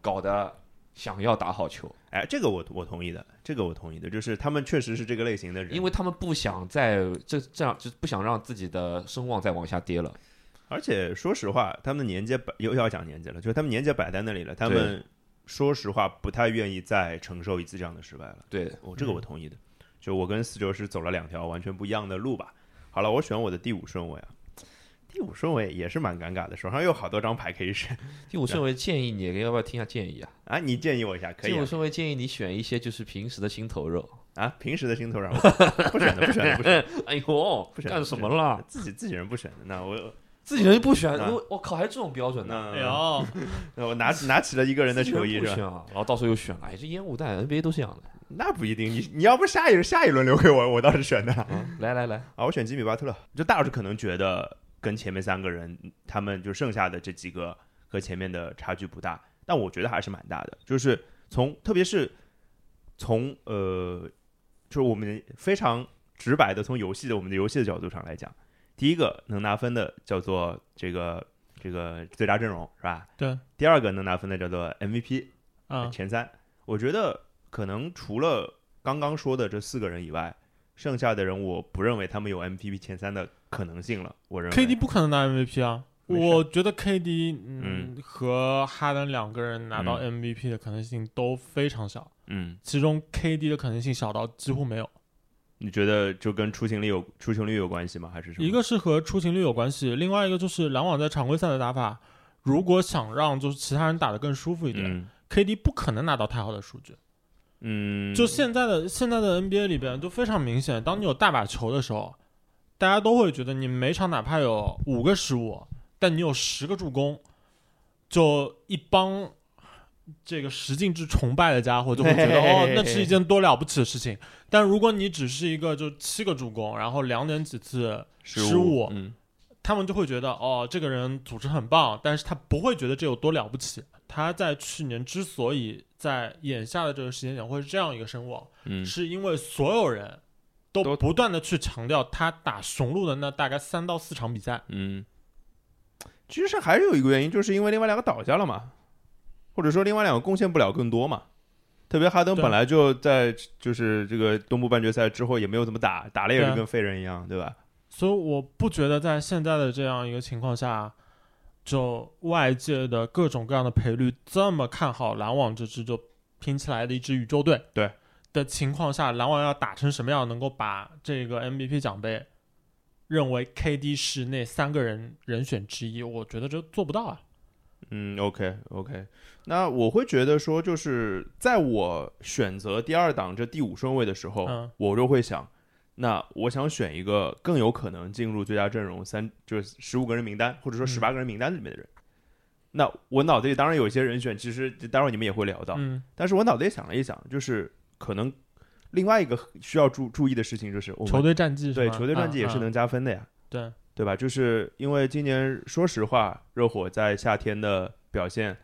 C: 搞得想要打好球。
A: 哎，这个我我同意的，这个我同意的，就是他们确实是这个类型的人，
C: 因为他们不想再这这样，就不想让自己的声望再往下跌了。
A: 而且说实话，他们的年纪摆又要讲年纪了，就是他们年纪摆在那里了，他们说实话不太愿意再承受一次这样的失败了。
C: 对，
A: 我、这个我同意的，就我跟四九是走了两条完全不一样的路吧。好了，我选我的第五顺位啊，第五顺位也是蛮尴尬的，手上有好多张牌可以选。
C: 第五顺位建议你要不要听一下建议啊？
A: 啊，你建议我一下，可以
C: 第
A: 啊
C: 五顺位建议你选一些就是平时的心头肉。
A: 啊平时的心头上我不选的，不选的，不选的，
C: 哎呦，
A: 选
C: 干什么啦？
A: 自己自己人不选的。那我
C: 自己人就不选，
A: 啊
C: 我我靠，还有这种标准呢？
A: 那
B: 哎呦，
A: 那我拿拿起了一个人的
C: 自己
A: 球衣
C: 不
A: 是吧？啊
C: 选啊，然后到时候又选了，哎，这烟雾弹 NBA 都是这样的。
A: 那不一定，你你要不下一下一轮留给我，我倒是选的啊。
C: 嗯来来来，
A: 我选吉米巴特勒，就大老师可能觉得跟前面三个人，他们就剩下的这几个和前面的差距不大，但我觉得还是蛮大的，就是从特别是从呃，就是我们非常直白的从游戏的我们的游戏的角度上来讲，第一个能拿分的叫做这个这个最佳阵容是吧？
B: 对，
A: 第二个能拿分的叫做 MVP
B: 啊、
A: 前三，我觉得可能除了刚刚说的这四个人以外，剩下的人我不认为他们有 MVP 前三的可能性了。我认为
B: k d 不可能拿 MVP 啊。
A: 为啥
B: 我觉得 KD 嗯和哈登两个人拿到
A: 嗯
B: MVP 的可能性都非常小，
A: 嗯，
B: 其中 KD 的可能性小到几乎没有。
A: 你觉得就跟出勤率有出勤率有关系吗？还是什么？
B: 一个是和出勤率有关系，另外一个就是篮网在常规赛的打法。如果想让就是其他人打得更舒服一点、
A: 嗯
B: k d 不可能拿到太好的数据。
A: 嗯，
B: 就现在的现在的 NBA 里边就非常明显，当你有大把球的时候，大家都会觉得你每场哪怕有五个失误，但你有十个助攻，就一帮这个十进制崇拜的家伙就会觉得
A: 嘿嘿嘿嘿
B: 哦，那是一件多了不起的事情。但如果你只是一个就七个助攻，然后两点几次失误，
C: 嗯，
B: 他们就会觉得哦，这个人组织很棒，但是他不会觉得这有多了不起。他在去年之所以在眼下的这个时间点会是这样一个声望，
A: 嗯
B: 是因为所有人都
A: 都
B: 不断的去强调他打雄鹿的那大概三到四场比赛。
A: 嗯，其实还是有一个原因，就是因为另外两个倒下了嘛，或者说另外两个贡献不了更多嘛。特别哈登
B: 对
A: 本来就在就是这个东部半决赛之后也没有怎么打，打了也是
B: 对啊
A: 跟废人一样，对吧？
B: 所以我不觉得在现在的这样一个情况下，就外界的各种各样的赔率这么看好篮网这支就拼起来的一支宇宙队，
A: 对
B: 的情况下，篮网要打成什么样能够把这个 MVP 奖杯认为 KD 是那三个人人选之一，我觉得这做不到啊。
A: 嗯，OK OK，那我会觉得说，就是在我选择第二档这第五顺位的时候，
B: 嗯
A: 我就会想，那我想选一个更有可能进入最佳阵容三，就是十五个人名单或者说
B: 嗯
A: 十八个人名单里面的人。那我脑子里当然有一些人选，其实待会儿你们也会聊到，
B: 嗯，
A: 但是我脑子里想了一想，就是可能另外一个需要注注意的事情就是我们
B: 球队战绩是
A: 对
B: 吗
A: 球队战绩也是、
B: 嗯嗯
A: 能加分的呀。
B: 对，
A: 对吧？就是因为今年，说实话，热火在夏天的表现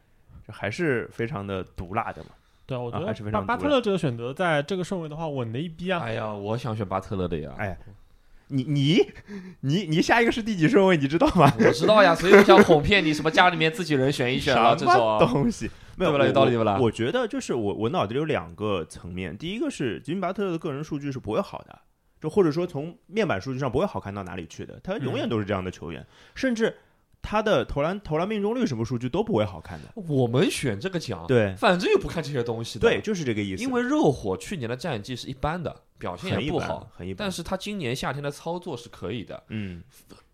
A: 这还是非常的毒辣的嘛。
B: 对，我觉
A: 啊还是非
B: 得巴
A: 常
B: 巴
A: 独
B: 特勒这个选择在这个顺位的话，稳的一逼啊。
C: 哎呀，我想选巴特勒的呀，
A: 哎你你你你下一个是第几顺位，你知道 吗？
C: 我知道呀，所以我想哄骗你，什么家里面自己人选一选啊，
A: 什
C: 这
A: 么
C: 种
A: 东西？没有
C: 对不啦有道理
A: 我
C: 对不啦
A: 我觉得就是我我脑子里有两个层面，第一个是吉米巴特勒的个人数据是不会好的，就或者说从面板数据上不会好看到哪里去的，
C: 嗯
A: 他永远都是这样的球员，甚至他的投篮投篮命中率什么数据都不会好看的。
C: 我们选这个奖，
A: 对
C: 反正又不看这些东西哦的，
A: 对，，就是这个意思。
C: 因为热火去年的战绩是一般的，表现
A: 很
C: 也
A: 一
C: 不
A: 般，
C: 好，
A: 很一般。
C: 但是他今年夏天的操作是可以的，
A: 嗯，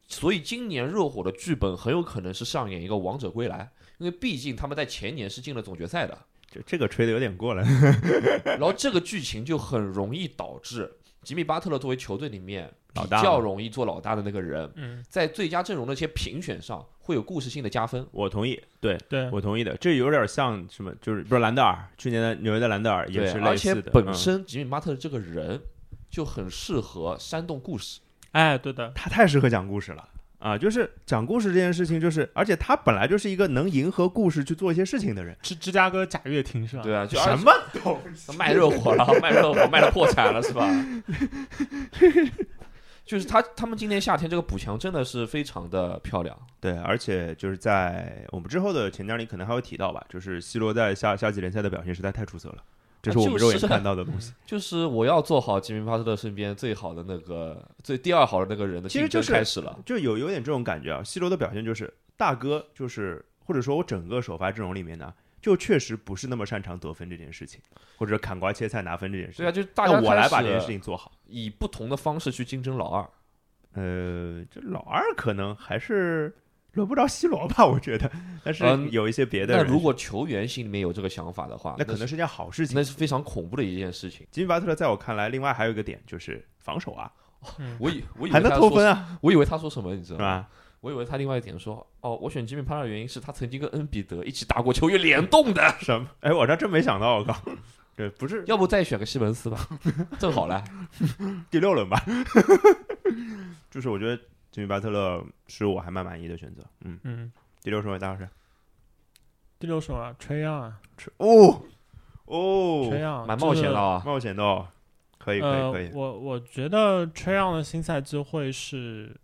C: 所以今年热火的剧本很有可能是上演一个王者归来，因为毕竟他们在前年是进了总决赛的，
A: 这这个吹的有点过了。
C: 然后这个剧情就很容易导致吉米巴特勒作为球队里面比
A: 老大
C: 较容易做老大的那个人，
B: 嗯，
C: 在最佳阵容的一些评选上会有故事性的加分。
A: 我同意，对
B: 对，
A: 我同意的，这有点像什么，就是比如兰德尔，去年的纽约的兰德尔也
C: 对
A: 是，类
C: 而且
A: 似的，
C: 本
A: 嗯
C: 身吉米巴特勒这个人就很适合煽动故事。
B: 哎，对的，
A: 他太适合讲故事了啊，就是讲故事这件事情，就是而且他本来就是一个能迎合故事去做一些事情的人，
B: 芝芝加哥贾跃亭是吧？
C: 对啊，就
A: 什么都
C: 卖热火了，卖热火卖到破产了是 吧？就是他他们今年夏天这个补强真的是非常的漂亮。
A: 对，而且就是在我们之后的前瞻里可能还会提到吧，就是 C 罗在下夏季联赛的表现实在太出色了，这是我们
C: 啊
A: 肉
C: 就是
A: 眼看到的东西，
C: 就是我要做好吉米巴特勒身边最好的那个最第二好的那个人的
A: 其
C: 竞
A: 实
C: 争
A: 就是
C: 开始了。
A: 就有有点这种感觉啊。C 罗的表现就是大哥，就是或者说我整个首发阵容里面呢，就确实不是那么擅长得分这件事情，或者砍瓜切菜拿分这件事情。
C: 对啊，就是大
A: 那
C: 家
A: 我来
C: 开
A: 把
C: 始
A: 这件事情做好。
C: 以不同的方式去竞争老二。
A: 呃，这老二可能还是轮不着 C 罗吧，我觉得。但是
C: 嗯
A: 有一些别的
C: 那
A: 人，
C: 如果球员心里面有这个想法的话，
A: 那可能
C: 是
A: 是件好事情
C: 那。是非常恐怖的一件事情。
A: 吉米巴特勒在我看来，另外还有一个点就是防守啊，
C: 我以我以
A: 还
C: 为
A: 能
C: 他
A: 偷
C: 说
A: 分啊，
C: 我以为他说什么，你知
A: 是
C: 道吗？
A: 吧？
C: 我以为他另外一点说，哦，我选吉米巴特勒的原因是他曾经跟恩比德一起打过球员联动的。
A: 什么？哎，我这真没想到，我靠！ 对，不是
C: 要不再选个西蒙斯吧， 正好了。
A: 第六轮吧， 就是我觉得吉米巴特勒是我还蛮满意的选择。嗯，
B: 嗯，
A: 第六顺位大老师，
B: 第六首啊，吹样啊，
A: 哦哦，
B: 吹样，
C: 蛮冒险
B: 就是
C: 的啊。
A: 冒险的哦，可以可以
B: 呃
A: 可以，，
B: 我我觉得 t r a y o n 的新赛季会是，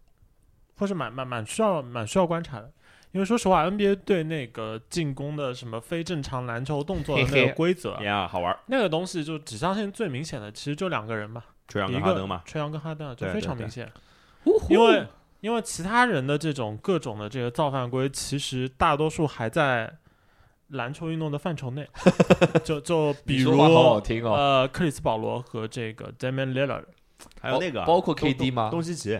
B: 会是蛮蛮蛮需要蛮需要观察的，因为说实话，NBA 对那个进攻的什么非正常篮球动作的
C: 嘿
B: 那
C: 嘿
B: 个规则，
A: 呀，好玩，
B: 那个东西就指向性最明显的，其实就两个人嘛，
A: 吹杨
B: 一
A: 跟哈登嘛
B: 个，t r a y o n 跟哈登啊，就
A: 对
B: 非
A: 对
B: 常
A: 对
B: 明显。
C: 呼呼
B: 因为因为其他人的这种各种的这个造犯规，其实大多数还在篮球运动的范畴 内，就就
C: 你
B: 比
C: 说
B: 如
C: 话好好听哦，
B: 呃克里斯保罗和这个 Damian Lillard，
A: 还有那个啊
C: 包包括
A: 东
C: KD 吗？
A: 东西奇，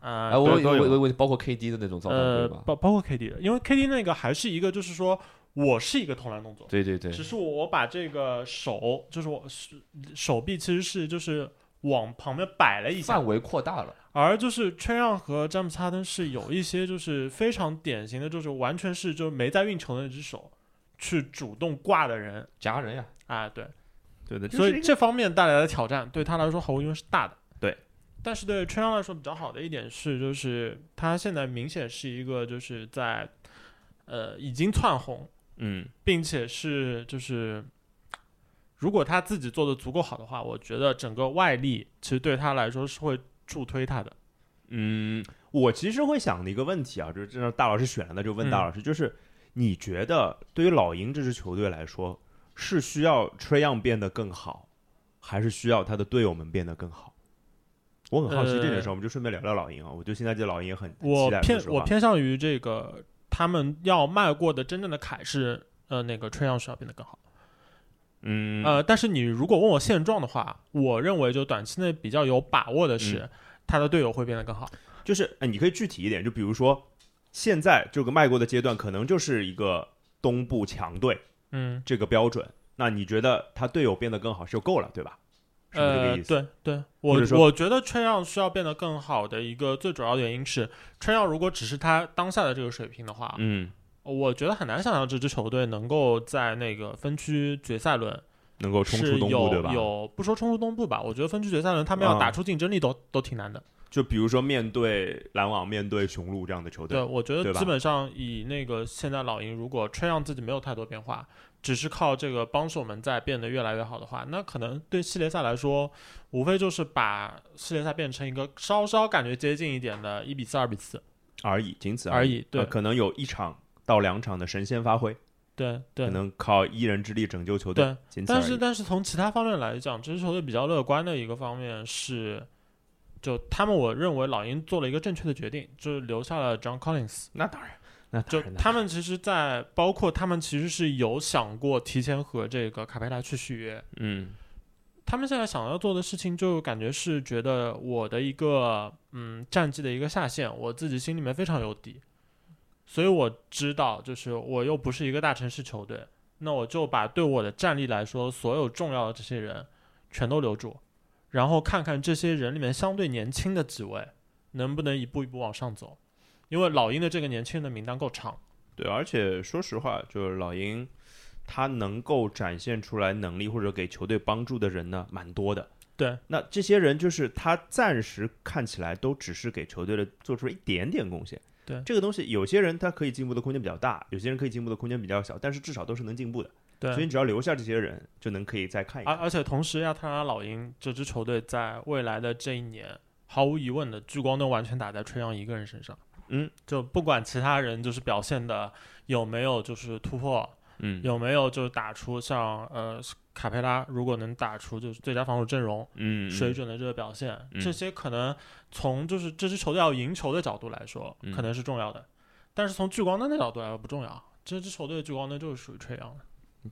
B: 啊、
C: 哎，我
A: 对都
C: 我
A: 有
C: 我我包括 KD 的那种造犯
B: 呃
C: 规嘛，
B: 包包括 KD 的，因为 KD 那个还是一个就是说我是一个投篮动作，
C: 对对对，
B: 只是我把这个手就是我是手臂其实是就是往旁边摆了一下，
C: 范围扩大了，
B: 而就是崔让和詹姆斯哈登是有一些就是非常典型的，就是完全是就没在运球的那只手去主动挂的人
C: 夹人呀，
B: 啊，对，
A: 对的，
B: 所以这方面带来的挑战对他来说毫无疑问是大的。
A: 对，
B: 但是对春阳来说比较好的一点是，就是他现在明显是一个就是在呃已经窜红，
A: 嗯
B: 并且是就是如果他自己做的足够好的话，我觉得整个外力其实对他来说是会助推他的。
A: 嗯，我其实会想的一个问题啊，就是这让大老师选了，那就问
B: 嗯
A: 大老师，就是你觉得对于老鹰这支球队来说，是需要 Trey Young 变得更好，还是需要他的队友们变得更好？我很好奇这件事，我们就顺便聊聊老鹰啊。我就现在对老鹰也很很
B: 呃我
A: 期待，
B: 偏
A: 说实话
B: 我偏向于这个他们要迈过的真正的坎是呃那个春阳是要变得更好。
A: 嗯
B: 呃，但是你如果问我现状的话，我认为就短期内比较有把握的
A: 嗯
B: 是，他的队友会变得更好。
A: 就是哎，你可以具体一点，就比如说现在这个迈过的阶段，可能就是一个东部强队
B: 嗯，
A: 这个标准。那你觉得他队友变得更好就够了，对吧？是不是这个
B: 呃，
A: 意思？
B: 对对，
A: 或
B: 我
A: 者说
B: 我觉得吹让需要变得更好的一个最主要的原因是，吹让如果只是他当下的这个水平的话，
A: 嗯，
B: 我觉得很难想象这支球队能够在那个分区决赛轮
A: 能够冲出
B: 是
A: 东部，对
B: 有
A: 吧？
B: 有不说冲出东部吧，我觉得分区决赛轮他们要
A: 啊
B: 打出竞争力都、都挺难的。
A: 就比如说面对篮网、面对雄鹿这样的球队，
B: 我觉
A: 对
B: 得
A: 吧
B: 基本上以那个现在老鹰，如果吹让自己没有太多变化，只是靠这个帮手们在变得越来越好的话，那可能对系列赛来说，无非就是把系列赛变成一个稍稍感觉接近一点的一比四、二比四
A: 而已，仅此
B: 而
A: 已。
B: 已。对、
A: 呃可能有一场到两场的神仙发挥，
B: 对
A: 可
B: 对
A: 能靠一人之力拯救球队，
B: 对，
A: 仅此而
B: 但
A: 已。
B: 是但是从其他方面来讲，这支球队比较乐观的一个方面是。就他们，我认为老鹰做了一个正确的决定，就是留下了 John Collins。
A: 那当然，那
B: 就
A: 当然
B: 他们其实，在包括他们其实是有想过提前和这个卡佩拉去续约。
A: 嗯
B: 他们现在想要做的事情，就感觉是觉得我的一个嗯战绩的一个下限，我自己心里面非常有底，所以我知道，就是我又不是一个大城市球队，那我就把对我的战力来说所有重要的这些人全都留住，然后看看这些人里面相对年轻的几位能不能一步一步往上走，因为老鹰的这个年轻人的名单够长。
A: 对，而且说实话，就是老鹰，他能够展现出来能力或者给球队帮助的人呢，蛮多的。
B: 对，
A: 那这些人就是他暂时看起来都只是给球队的做出了一点点贡献。
B: 对
A: 这个东西，有些人他可以进步的空间比较大，有些人可以进步的空间比较小，但是至少都是能进步的。
B: 对，啊
A: 所以你只要留下这些人，就能可以再看一
B: 而
A: 看。
B: 而且同时，亚特兰大老鹰这支球队在未来的这一年，毫无疑问的聚光灯完全打在吹杨一个人身上。
A: 嗯，
B: 就不管其他人就是表现的有没有就是突破，
A: 嗯
B: 有没有就是打出像呃卡佩拉，如果能打出就是最佳防守阵容
A: 嗯
B: 水准的这个表现，
A: 嗯
B: 这些可能从就是这支球队要赢球的角度来说，
A: 嗯
B: 可能是重要的，但是从聚光灯的角度来说不重要。这支球队的聚光灯就是属于吹杨的。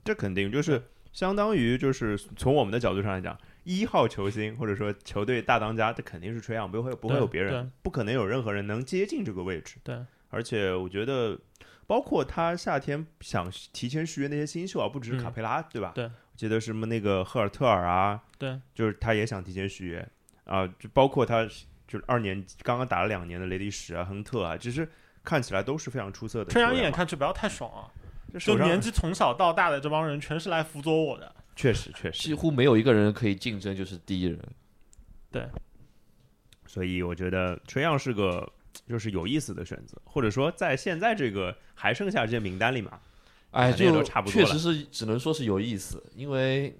A: 这肯定就是相当于就是从我们的角度上来讲，一号球星或者说球队大当家，这肯定是吹杨，不会不会有别人，不可能有任何人能接近这个位置。
B: 对，
A: 而且我觉得，包括他夏天想提前续约那些新秀啊，不只是
B: 嗯
A: 卡佩拉，对吧？
B: 对
A: 我记得什么那个赫尔特尔啊，
B: 对，
A: 就是他也想提前续约啊、就包括他就是二年刚刚打了两年的雷迪什啊、亨特啊，其实看起来都是非常出色的球
B: 吹
A: 员嘛。
B: 杨一眼看去不要太爽啊。
A: 这
B: 就
A: 手上
B: 年纪从小到大的这帮人，全是来辅佐我的。
A: 确实确实
C: 几乎没有一个人可以竞争就是第一人，
A: 所以我觉得垂杨是个就是有意思的选择，或者说在现在这个还剩下这些名单里嘛，
C: 哎，
A: 反正也
C: 就
A: 都差不多
C: 确
A: 了
C: 实是只能说是有意思，因为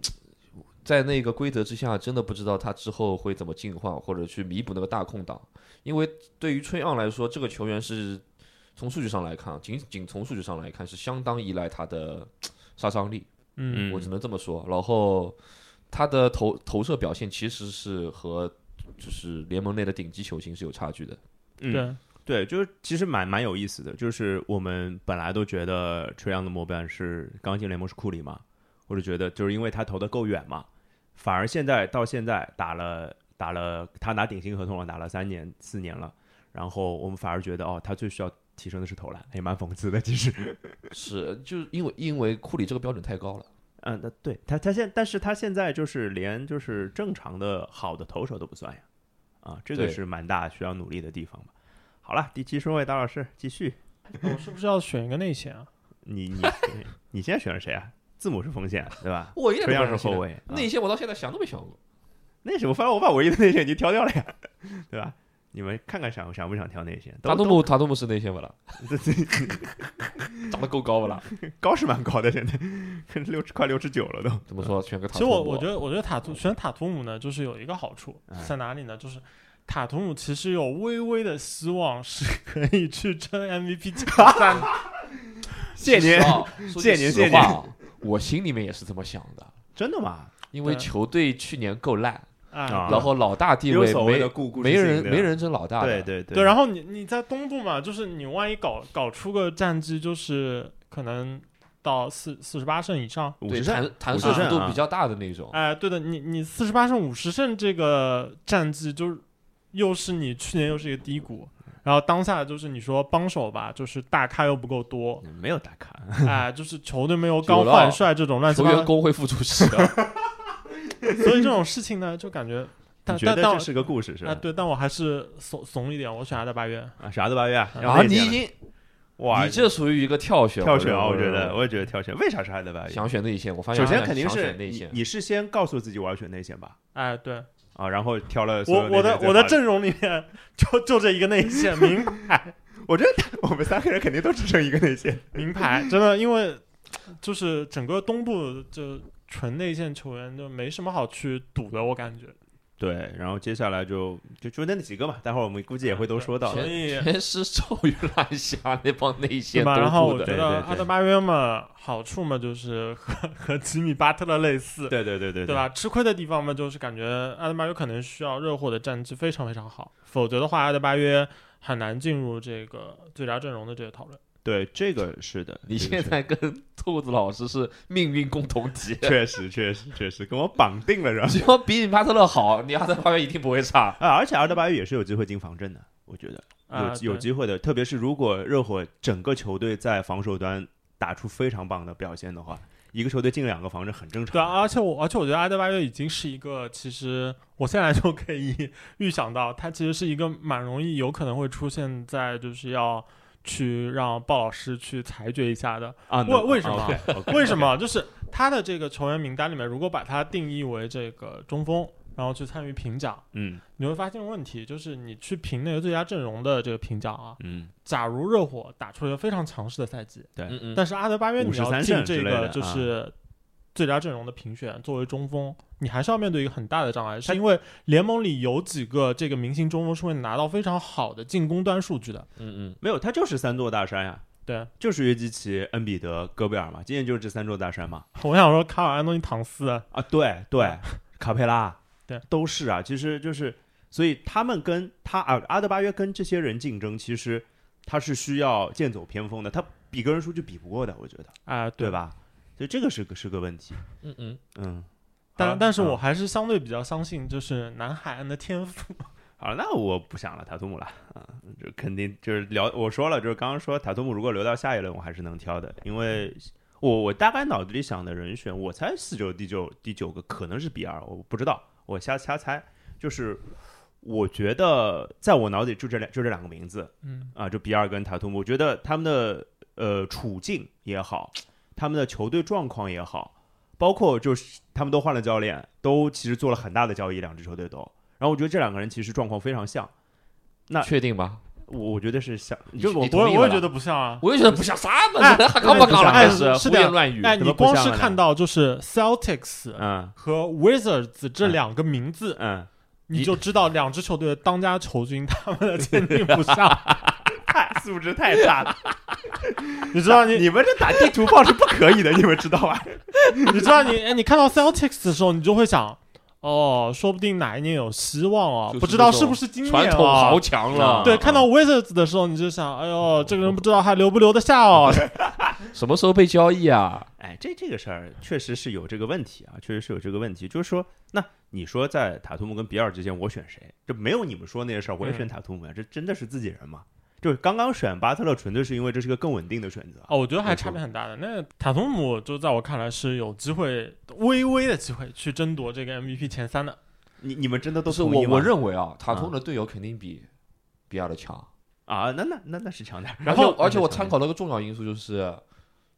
C: 在那个规则之下，真的不知道他之后会怎么进化或者去弥补那个大空档。因为对于崔昂来说，这个球员是从数据上来看，啊仅仅从数据上来看是相当依赖他的杀伤力，
A: 嗯
C: 我只能这么说。然后他的投投射表现其实是和就是联盟内的顶级球星是有差距的。
A: 嗯，对，就是其实蛮蛮有意思的，就是我们本来都觉得垂杨的模板是刚进联盟是库里嘛，或者觉得就是因为他投的够远嘛，反而现在到现在打了打了他拿顶薪合同了，打了三年四年了，然后我们反而觉得哦，他最需要提升的是投篮，也蛮讽刺的。其实，
C: 是，就是因为因为库里这个标准太高了，
A: 嗯，那对他他现，但是他现在就是连就是正常的好的投手都不算呀，啊，这个
C: 对
A: 是蛮大需要努力的地方吧。好了，第七顺位，大老师继续，
B: 我是不是要选一个内线啊？
A: 你 你你现在选了谁啊？字母是锋线对吧？
C: 我一点
A: 同
C: 都
A: 样是
C: 不相信
A: 后
C: 的。
A: 卫，啊
C: 内线我到现在想都没想过，
A: 那什么，反正我把我一的内线已经挑掉了呀，对吧？你们看看想想不想挑内线？
C: 塔
A: 都
C: 图
A: 都
C: 姆塔图姆是内线不 啦？
A: 这这
C: 长得够高不啦？
A: 高是蛮高的，现在六快六十九了 都。
C: 怎么说？选个啊塔
B: 其实
C: 图姆。
B: 我我觉得，我觉得塔图选塔图姆呢，就是有一个好处
A: 哎
B: 在哪里呢？就是塔图姆其实有微微的希望是可以去争 MVP 奖
C: 啊
B: 项的。
A: 谢谢您，
C: 您
A: 谢谢您谢谢您
C: 话啊，我心里面也是这么想的，
A: 真的吗？
C: 因为
B: 对
C: 球队去年够烂，
A: 啊
B: 啊，
C: 然后老大地
A: 有
C: 位
A: 所谓的
C: 没
A: 故故事
C: 没
A: 性
C: 人
A: 对
C: 没
A: 吧
C: 人争老大的
A: 对，对对
B: 对，然后你你在东部嘛，就是你万一搞搞出个战绩，就是可能到四四十八胜以上，
A: 五
C: 对
A: 十胜
C: 弹弹
A: 五
C: 射
A: 十
C: 幅
A: 胜啊
C: 度比较大的那种，
B: 哎、对的，你你四十八胜五十胜这个战绩，就是又是你去年又是一个低谷，
A: 嗯
B: 然后当下就是你说帮手吧，就是大咖又不 够多，
A: 没有打卡，
B: 哎、就是球队没有
C: 九
B: 高
C: 了
A: 啊
B: 换帅这种乱七
C: 球
B: 八
C: 员
B: 糟，
C: 工会副主 席的，
B: 所以这种事情呢，就感觉，但
A: 你觉
B: 但
A: 得
B: 但
A: 这
B: 我
A: 是个故事是
B: 哎、
A: 吧？
B: 对，但我还是怂怂一点，我选阿德巴约，
A: 啊，啥都八月啊
B: 啊
A: 然后
C: 你
A: 那
C: 已
A: 天呢
C: 经
A: 哇，
C: 你这属于一个跳选，
A: 跳选啊，我觉
C: 我
A: 得，我也觉得跳选，为啥是阿德巴
C: 我
A: 约？
C: 想选内线，我发现
A: 首
C: 他
A: 先
C: 俩
A: 肯定
C: 想
A: 是
C: 选
A: 你
C: 内线，
A: 你是先告诉自己我要选内线吧，
B: 哎、对
A: 啊，然后挑了所有
B: 我我
A: 内
B: 的
A: 线再
B: 我的
A: 把
B: 阵容里面就就这一个内线名牌
A: 我们三个人肯定都只剩一个内线，
B: 名牌，真的，因为就是整个东部就纯内线球员就没什么好去赌的，我感觉。
A: 对，然后接下来就就就那几个嘛，待会儿我们估计也会都说到
B: 所
A: 的，
B: 以
C: 全是 臭鱼烂虾那帮内
B: 对
C: 线
B: 吧？然后
C: 都
B: 我觉
C: 不的，
A: 对
B: 得
A: 对
B: 阿
A: 对
B: 德巴约嘛，好处嘛就是和 和吉米巴特勒类似，
A: 对对对对
B: 对？吧？吃亏的地方嘛就是感觉阿德巴约可能需要热火的战绩非常非常好，否则的话阿德巴约很难进入这个最佳阵容的这个讨论。
A: 对，这个是的，
C: 你
A: 这个
C: 现
A: 是
C: 在跟兔子老师是命运共同体。
A: 确实确实确实跟我绑定了，然后
C: 只要比你巴特勒好，你阿德巴约一定不会差。
A: 啊，而且阿德巴约也是有机会进防阵的，我觉得。
B: 啊
A: 有有
B: 对
A: 机会的，特别是如果热火整个球队在防守端打出非常棒的表现的话，一个球队进两个防是很正常
B: 对啊，
A: 的。
B: 而且我而且我觉得阿德巴约已经是一个，其实我现在就可以预想到，他其实是一个蛮容易有可能会出现在就是要去让鲍老师去裁决一下的。
A: 啊，
B: 为
A: 那
B: 为什么
A: 啊，OK，OK
B: 为什么？就是他的这个球员名单里面，如果把他定义为这个中锋，然后去参与评奖，
A: 嗯
B: 你会发现问题就是你去评那个最佳阵容的这个评奖啊，
A: 嗯，
B: 假如热火打出一个非常强势的赛季，
A: 对
C: 嗯嗯，
B: 但是阿德巴约你要
A: 53
B: 进
A: 胜之
B: 这
A: 类的啊
B: 个就是最佳阵容的评选，作为中锋，你还是要面对一个很大的障碍，是因为联盟里有几个这个明星中锋是会拿到非常好的进攻端数据的。
C: 嗯嗯，
A: 没有，他就是三座大山呀、
B: 对，啊
A: 就是约基奇、恩比德、戈贝尔嘛，今年就是这三座大山嘛。
B: 我想说卡尔安东尼唐斯，
A: 啊，对对，卡佩拉，
B: 对，
A: 都是啊，其实就是，所以他们跟他啊，阿德巴约跟这些人竞争，其实他是需要剑走偏锋的，他比个人数据比不过的，我觉得，
B: 啊、
A: 对
B: 对？
A: 吧？所以这个是个是个问题，
C: 嗯嗯，
A: 嗯。好了
B: 但但是
A: 嗯
B: 我还是相对比较相信就是南海岸的天 赋。
A: 好了，那我不想了，塔图姆了啊，这肯定就是聊，我说了，就是刚刚说塔图姆如果留到下一轮，我还是能挑的，因为我我大概脑子里想的人选，我猜四九第九第九个可能是比尔，我不知道，我瞎瞎猜，就是我觉得在我脑子里就这两就这两个名字
B: 嗯，
A: 啊，就比尔跟塔图姆，我觉得他们的呃处境也好，他们的球队状况也好，包括就是他们都换了教练，都其实做了很大的交易，两支球队都。然后我觉得这两个人其实状况非常像，那
C: 确定吗？
A: 我我觉得是像，
C: 你
A: 就是我
C: 你
A: 不
C: 同
B: 我
C: 意
B: 也我
C: 了
B: 也
C: 啦
B: 觉得不像啊。
C: 我就觉得不像啥嘛，
B: 哎
C: 这还搞不搞
B: 哎
C: 了？这
B: 是
C: 胡
B: 的
C: 言乱语。
B: 哎，
A: 怎
B: 你
A: 么不
B: 光
A: 像
B: 是
A: 了呢
B: 看到就是 Celtics
A: 嗯
B: 和 Wizards 这
A: 嗯
B: 两个名字，
A: 嗯，
B: 你
C: 你
B: 就知道两支球队的当家球星他们 的鉴定不上，
A: 太素质太差了，
B: 你知道 你
A: 你们这打地图炮是不可以的，你们知道吧？
B: 你知道你哎，你看到 Celtics 的时候，你就会想，哦，说不定哪一年有希望哦，
C: 就是
B: 不知道是不是今
C: 传
B: 年
C: 统豪
B: 哦。
C: 强了，啊嗯
B: 对，看到 Wizards 的时候，你就想，哎呦，这个人不知道还留不留得下哦。
C: 什么时候被交易啊？
A: 哎，这这个事儿确实是有这个问题啊，确实是有这个问题。就是说，那你说在塔图姆跟比尔之间，我选谁？这没有你们说那些事儿，我也
C: 嗯
A: 选塔图姆呀、啊这真的是自己人吗？就是刚刚选巴特勒，纯粹是因为这是个更稳定的选择。
B: 哦，我觉得还
A: 没错
B: 差别很大的。那塔图姆就在我看来是有机会，微微的机会去争夺这个 MVP 前三的。
A: 你你们真的都
C: 不是
A: 同
C: 我
A: 意，吗
C: 我认为啊，塔图姆的队友肯定比比尔的强。
A: 啊，那那那那是强点儿。
C: 然后，而且我
A: 强点
C: 参
A: 儿
C: 考了个重要因素，就是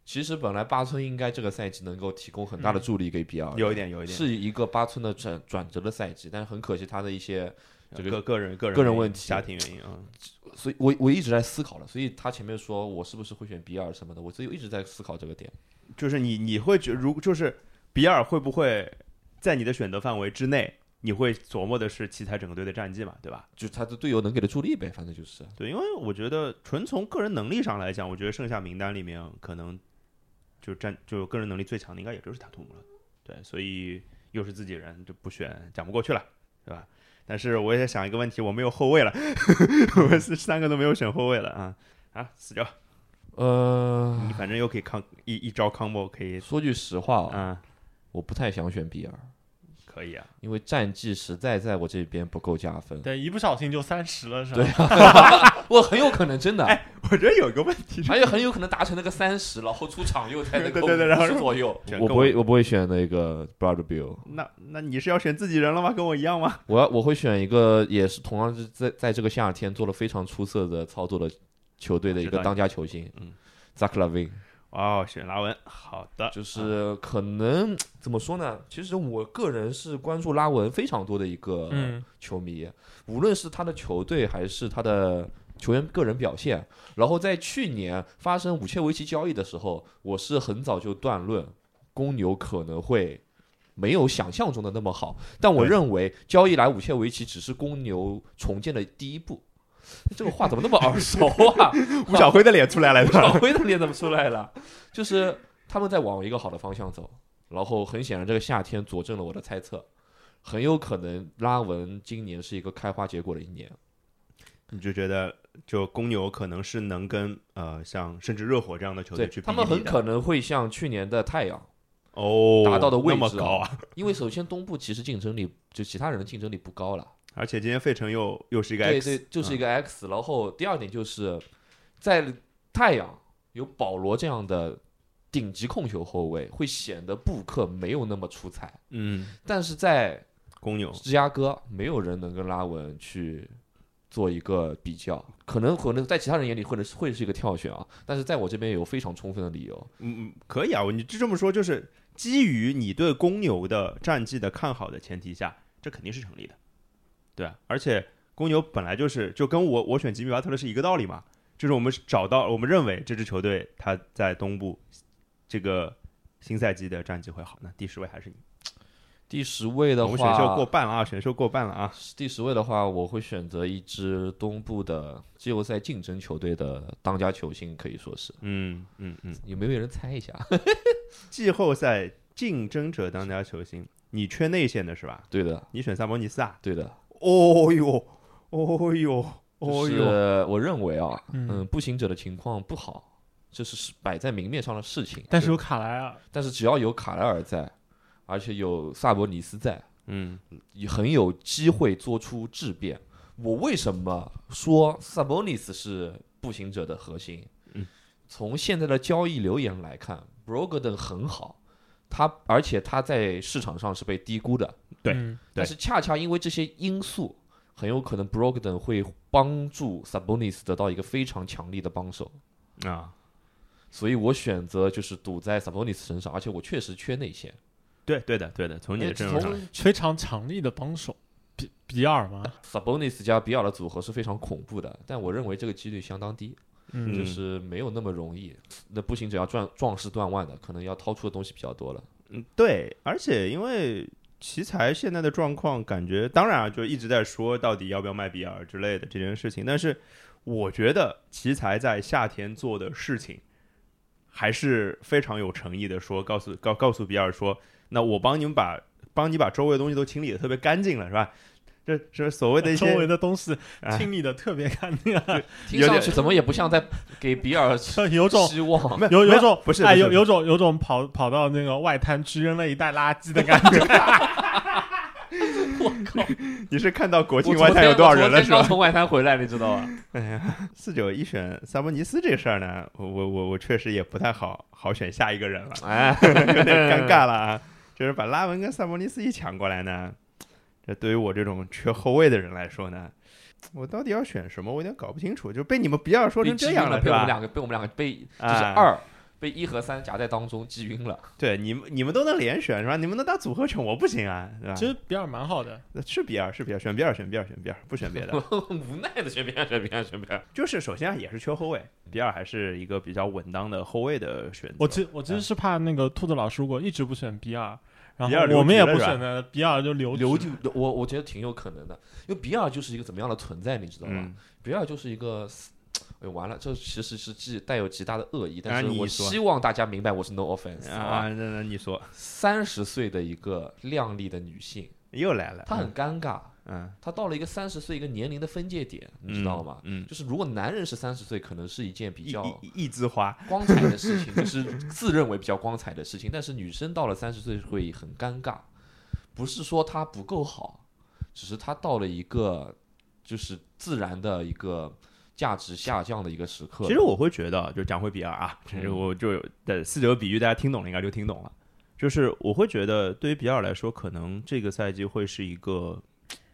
C: 其实本来八村应该这个赛季能够提供很大的助力给比尔，
A: 有一点有一点
C: 是一个八村的转转折的赛季，但是很可惜他的一些，这个
A: 个个人个人
C: 个人
A: 原因
C: 问题
A: 家庭原因啊。
C: 所以我我一直在思考了，所以他前面说我是不是会选比尔什么的，我就一直在思考这个点。
A: 就是你你会觉如就是比尔会不会在你的选择范围之内？你会琢磨的是奇才整个队的战绩嘛，对吧？
C: 就是他的队友能给的助力呗，反正就是
A: 对，因为我觉得纯从个人能力上来讲，我觉得剩下名单里面可能就战就个人能力最强的应该也就是塔图姆了。对，所以又是自己人就不选，讲不过去了，对吧？但是我也在想一个问题，我没有后卫了， 我们是三个都没有选后卫了啊啊！死掉，
C: 呃，
A: 你反正又可以抗一一招 combo 可以
C: 说句实话啊，
A: 啊，
C: 我不太想选比尔，
A: 可以啊，
C: 因为战绩实在在我这边不够加分。
B: 对，一不小心就三十了，是吧？
C: 对我很有可能真的，
A: 我觉得有一个问题是
C: 而且很有可能达成那个三十，然后出场 又在那个
A: 对对对然后
C: 五十左右。
A: 全
C: 我
A: 跟
C: 不会，我不会选那个 Brad Bill，
A: 那那你是要选自己人了吗？跟我一样吗？
C: 我要我会选一个也是同样是在在这个夏天做了非常出色的操作的球队的一
A: 我知
C: 个
A: 道
C: 当家球星，
A: 嗯
C: ，Zach Lavin，
A: 哦，选拉文，好的，
C: 就是可能怎么说呢？其实我个人是关注拉文非常多的一个
B: 嗯，
C: 球迷，无论是他的球队还是他的球员个人表现。然后在去年发生武切维奇交易的时候，我是很早就断论公牛可能会没有想象中的那么好，但我
A: 对
C: 认为交易来武切维奇只是公牛重建的第一步。这个话怎么那么耳熟啊？
A: 吴小辉的脸出来了，对
C: 小
A: 吧？
C: 辉的脸怎么出来了？就是他们在往一个好的方向走，然后很显然这个夏天佐证了我的猜测，很有可能拉文今年是一个开花结果的一年。
A: 你就觉得，就公牛可能是能跟呃，像甚至热火这样的球
C: 对
A: 队去比
C: 他
A: 一比
C: 们
A: 的，
C: 很可能会像去年的太阳，
A: 哦
C: 达到的位置
A: 那么高啊！
C: 因为首先东部其实竞争力就其他人的竞争力不高了，
A: 而且今天费城又又是一个
C: 对
A: X，嗯
C: 对，就是一个 X、然后第二点就是在太阳有保罗这样的顶级控球后卫，会显得布克没有那么出彩，
A: 嗯，
C: 但是在
A: 公牛
C: 芝加哥没有人能跟拉文去做一个比较，可能可能在其他人眼里或者是会是一个跳选啊，但是在我这边有非常充分的理由。
A: 嗯可以啊，你就这么说，就是基于你对公牛的战绩的看好的前提下，这肯定是成立的，对啊，而且公牛本来就是就跟我我选吉米巴特勒是一个道理嘛，就是我们找到我们认为这支球队它在东部这个新赛季的战绩会好，那第十位还是你，
C: 第十位的
A: 我们选秀过
C: 话，
A: 半了啊，选秀过半了啊，
C: 第十位的话，我会选择一支东部的季后赛竞争球队的当家球星，可以说是
A: 嗯嗯嗯，
C: 有没有人猜一下？
A: 季后赛竞争者当家球星，你缺内线的是吧？
C: 对的，
A: 你选萨博尼斯啊？
C: 对的，
A: 哦哟，哦哟，
C: 就
A: 哦
C: 是
A: 哟。
C: 我认为啊，
B: 嗯
C: 嗯，步行者的情况不好，这是摆在明面上的事情。
B: 但是有卡莱啊尔，
C: 但是只要有卡莱尔在，而且有萨博尼斯在，
A: 嗯，
C: 也很有机会做出质变。我为什么说 Sabonis 是步行者的核心？
A: 嗯，
C: 从现在的交易流言来看，Brogdon 很好，他而且他在市场上是被低估的，
A: 对
B: 嗯
A: 对
C: 但是恰恰因为这些因素，很有可能 Brogdon 会帮助 Sabonis 得到一个非常强力的帮手，
A: 啊，
C: 所以我选择就是赌在 Sabonis 身上，而且我确实缺内线。
A: 对对的对的，从你的阵容上来，
C: 哎从
B: 非常强力的帮手，比比尔嘛，
C: Sabonis 加比尔的组合是非常恐怖的，但我认为这个几率相当低，
B: 嗯
A: 嗯
C: 就是没有那么容易。那步行者要壮壮士断腕的，可能要掏出的东西比较多了。
A: 嗯，对，而且因为奇才现在的状况，感觉当然啊，就一直在说到底要不要卖比尔之类的这件事情，但是我觉得奇才在夏天做的事情还是非常有诚意的说，告诉告告诉比尔说，那我帮你们把帮你把周围的东西都清理的特别干净了，是吧？ 这是所谓的一
B: 周
A: 些
B: 围的东西
A: 哎
B: 清理的特别干净，啊
C: 听
A: 有
C: 上
A: 点
C: 去怎么也不像在给比尔
B: 有种
C: 希望。
A: 没
B: 有
A: 没
B: 有种
A: 不是
B: 哎
A: 不是
B: 有有种有种跑跑到那个外滩去扔了一袋垃圾 的感觉，
C: 我靠！
A: 你是看到国
C: 我
A: 庆
C: 昨
A: 外滩有
C: 天
A: 多少
C: 我昨
A: 人了
C: 天
A: 是
C: 刚
A: 吧？
C: 从外滩回来，你知道吧？
A: 哎呀，四九一选萨博尼斯这个事儿呢，我我我我确实也不太好好选下一个人了，
C: 哎，
A: 有点尴尬了啊。就是把拉文跟萨博尼斯一抢过来呢，这对于我这种缺后卫的人来说呢，我到底要选什么？我有点搞不清楚。就被你们比尔说
C: 被
A: 成
C: 击
A: 这
C: 晕
A: 样
C: 了，
A: 是
C: 被我们
A: 吧？
C: 两个，被我们两个被就是
A: 啊
C: 二被一和三夹在当中击晕了。
A: 对，你们你们都能连选是吧？你们能当组合拳，我不行啊，对吧？
B: 其实比尔蛮好的，
A: 是比尔，是比尔，选比尔，选比尔，选比尔，不选别 的。
C: 无奈的选边，选边，选边。
A: 就是首先啊也是缺后卫，比尔还是一个比较稳当的后卫的选择。
B: 我其我其实是怕那个兔子老师如果一直不选比尔，然
A: 嗯比尔
B: 后
A: 留
B: 我们也
A: 级了
B: 不
A: 是吧
B: 选的比尔就留
C: 留
B: 级
C: 就我我觉得挺有可能的，因为比尔就是一个怎么样的存在，你知道吧？
A: 嗯，
C: 比尔就是一个死，哎呦完了，这其实是既带有极大的恶意，但
A: 啊
C: 是
A: 你
C: 我
A: 说
C: 希望大家明白我是 no offense
A: 啊，
C: 啊。
A: 那那你说
C: 三十岁的一个靓丽的女性，
A: 又来了，
C: 她很尴尬，
A: 嗯，
C: 她到了一个三十岁一个年龄的分界点，你知道吗？
A: 嗯，
C: 就是如果男人是三十岁，可能是一件比
A: 一
C: 较
A: 一一枝花，
C: 光彩的事情，就是自认为比较光彩的事情。但是女生到了三十岁会很尴尬，不是说她不够好，只是她到了一个就是自然的一个价值下降的一个时刻。
A: 其实我会觉得，就讲回比尔啊，这
C: 嗯
A: 是我就有的四九比喻，大家听懂了应该就听懂了。就是我会觉得，对于比尔来说，可能这个赛季会是一个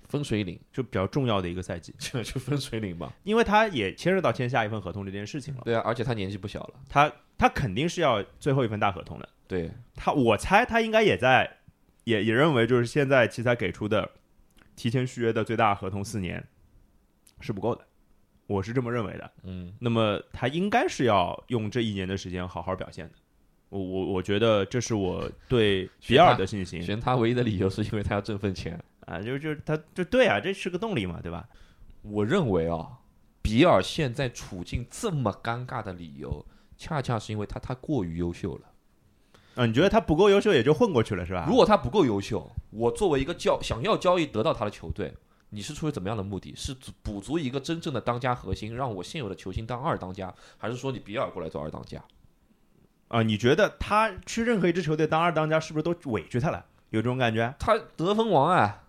C: 分水岭，
A: 就比较重要的一个赛季，
C: 就就分水岭吧。
A: 因为他也牵涉到签下一份合同这件事情了。
C: 对啊，而且她年纪不小了，
A: 他他肯定是要最后一份大合同的。
C: 对，
A: 他我猜他应该也在也也认为，就是现在奇才给出的提前续约的最大合同四年是不够的，我是这么认为的。
C: 嗯，
A: 那么他应该是要用这一年的时间好好表现的。我我我觉得这是我对比尔的信心
C: 选她唯一的理由是因为她要挣份钱。
A: 啊，就就他就对啊，这是个动力嘛，对吧？
C: 我认为啊，比尔现在处境这么尴尬的理由，恰恰是因为她太过于优秀了。
A: 啊，你觉得他不够优秀也就混过去了是吧？
C: 如果他不够优秀，我作为一个交想要交易得到他的球队，你是出于怎么样的目的？是足补足一个真正的当家核心，让我现有的球星当二当家，还是说你比尔过来做二当家？
A: 啊，你觉得他去任何一支球队当二当家，是不是都委屈他了？有这种感觉？
C: 他得分王啊，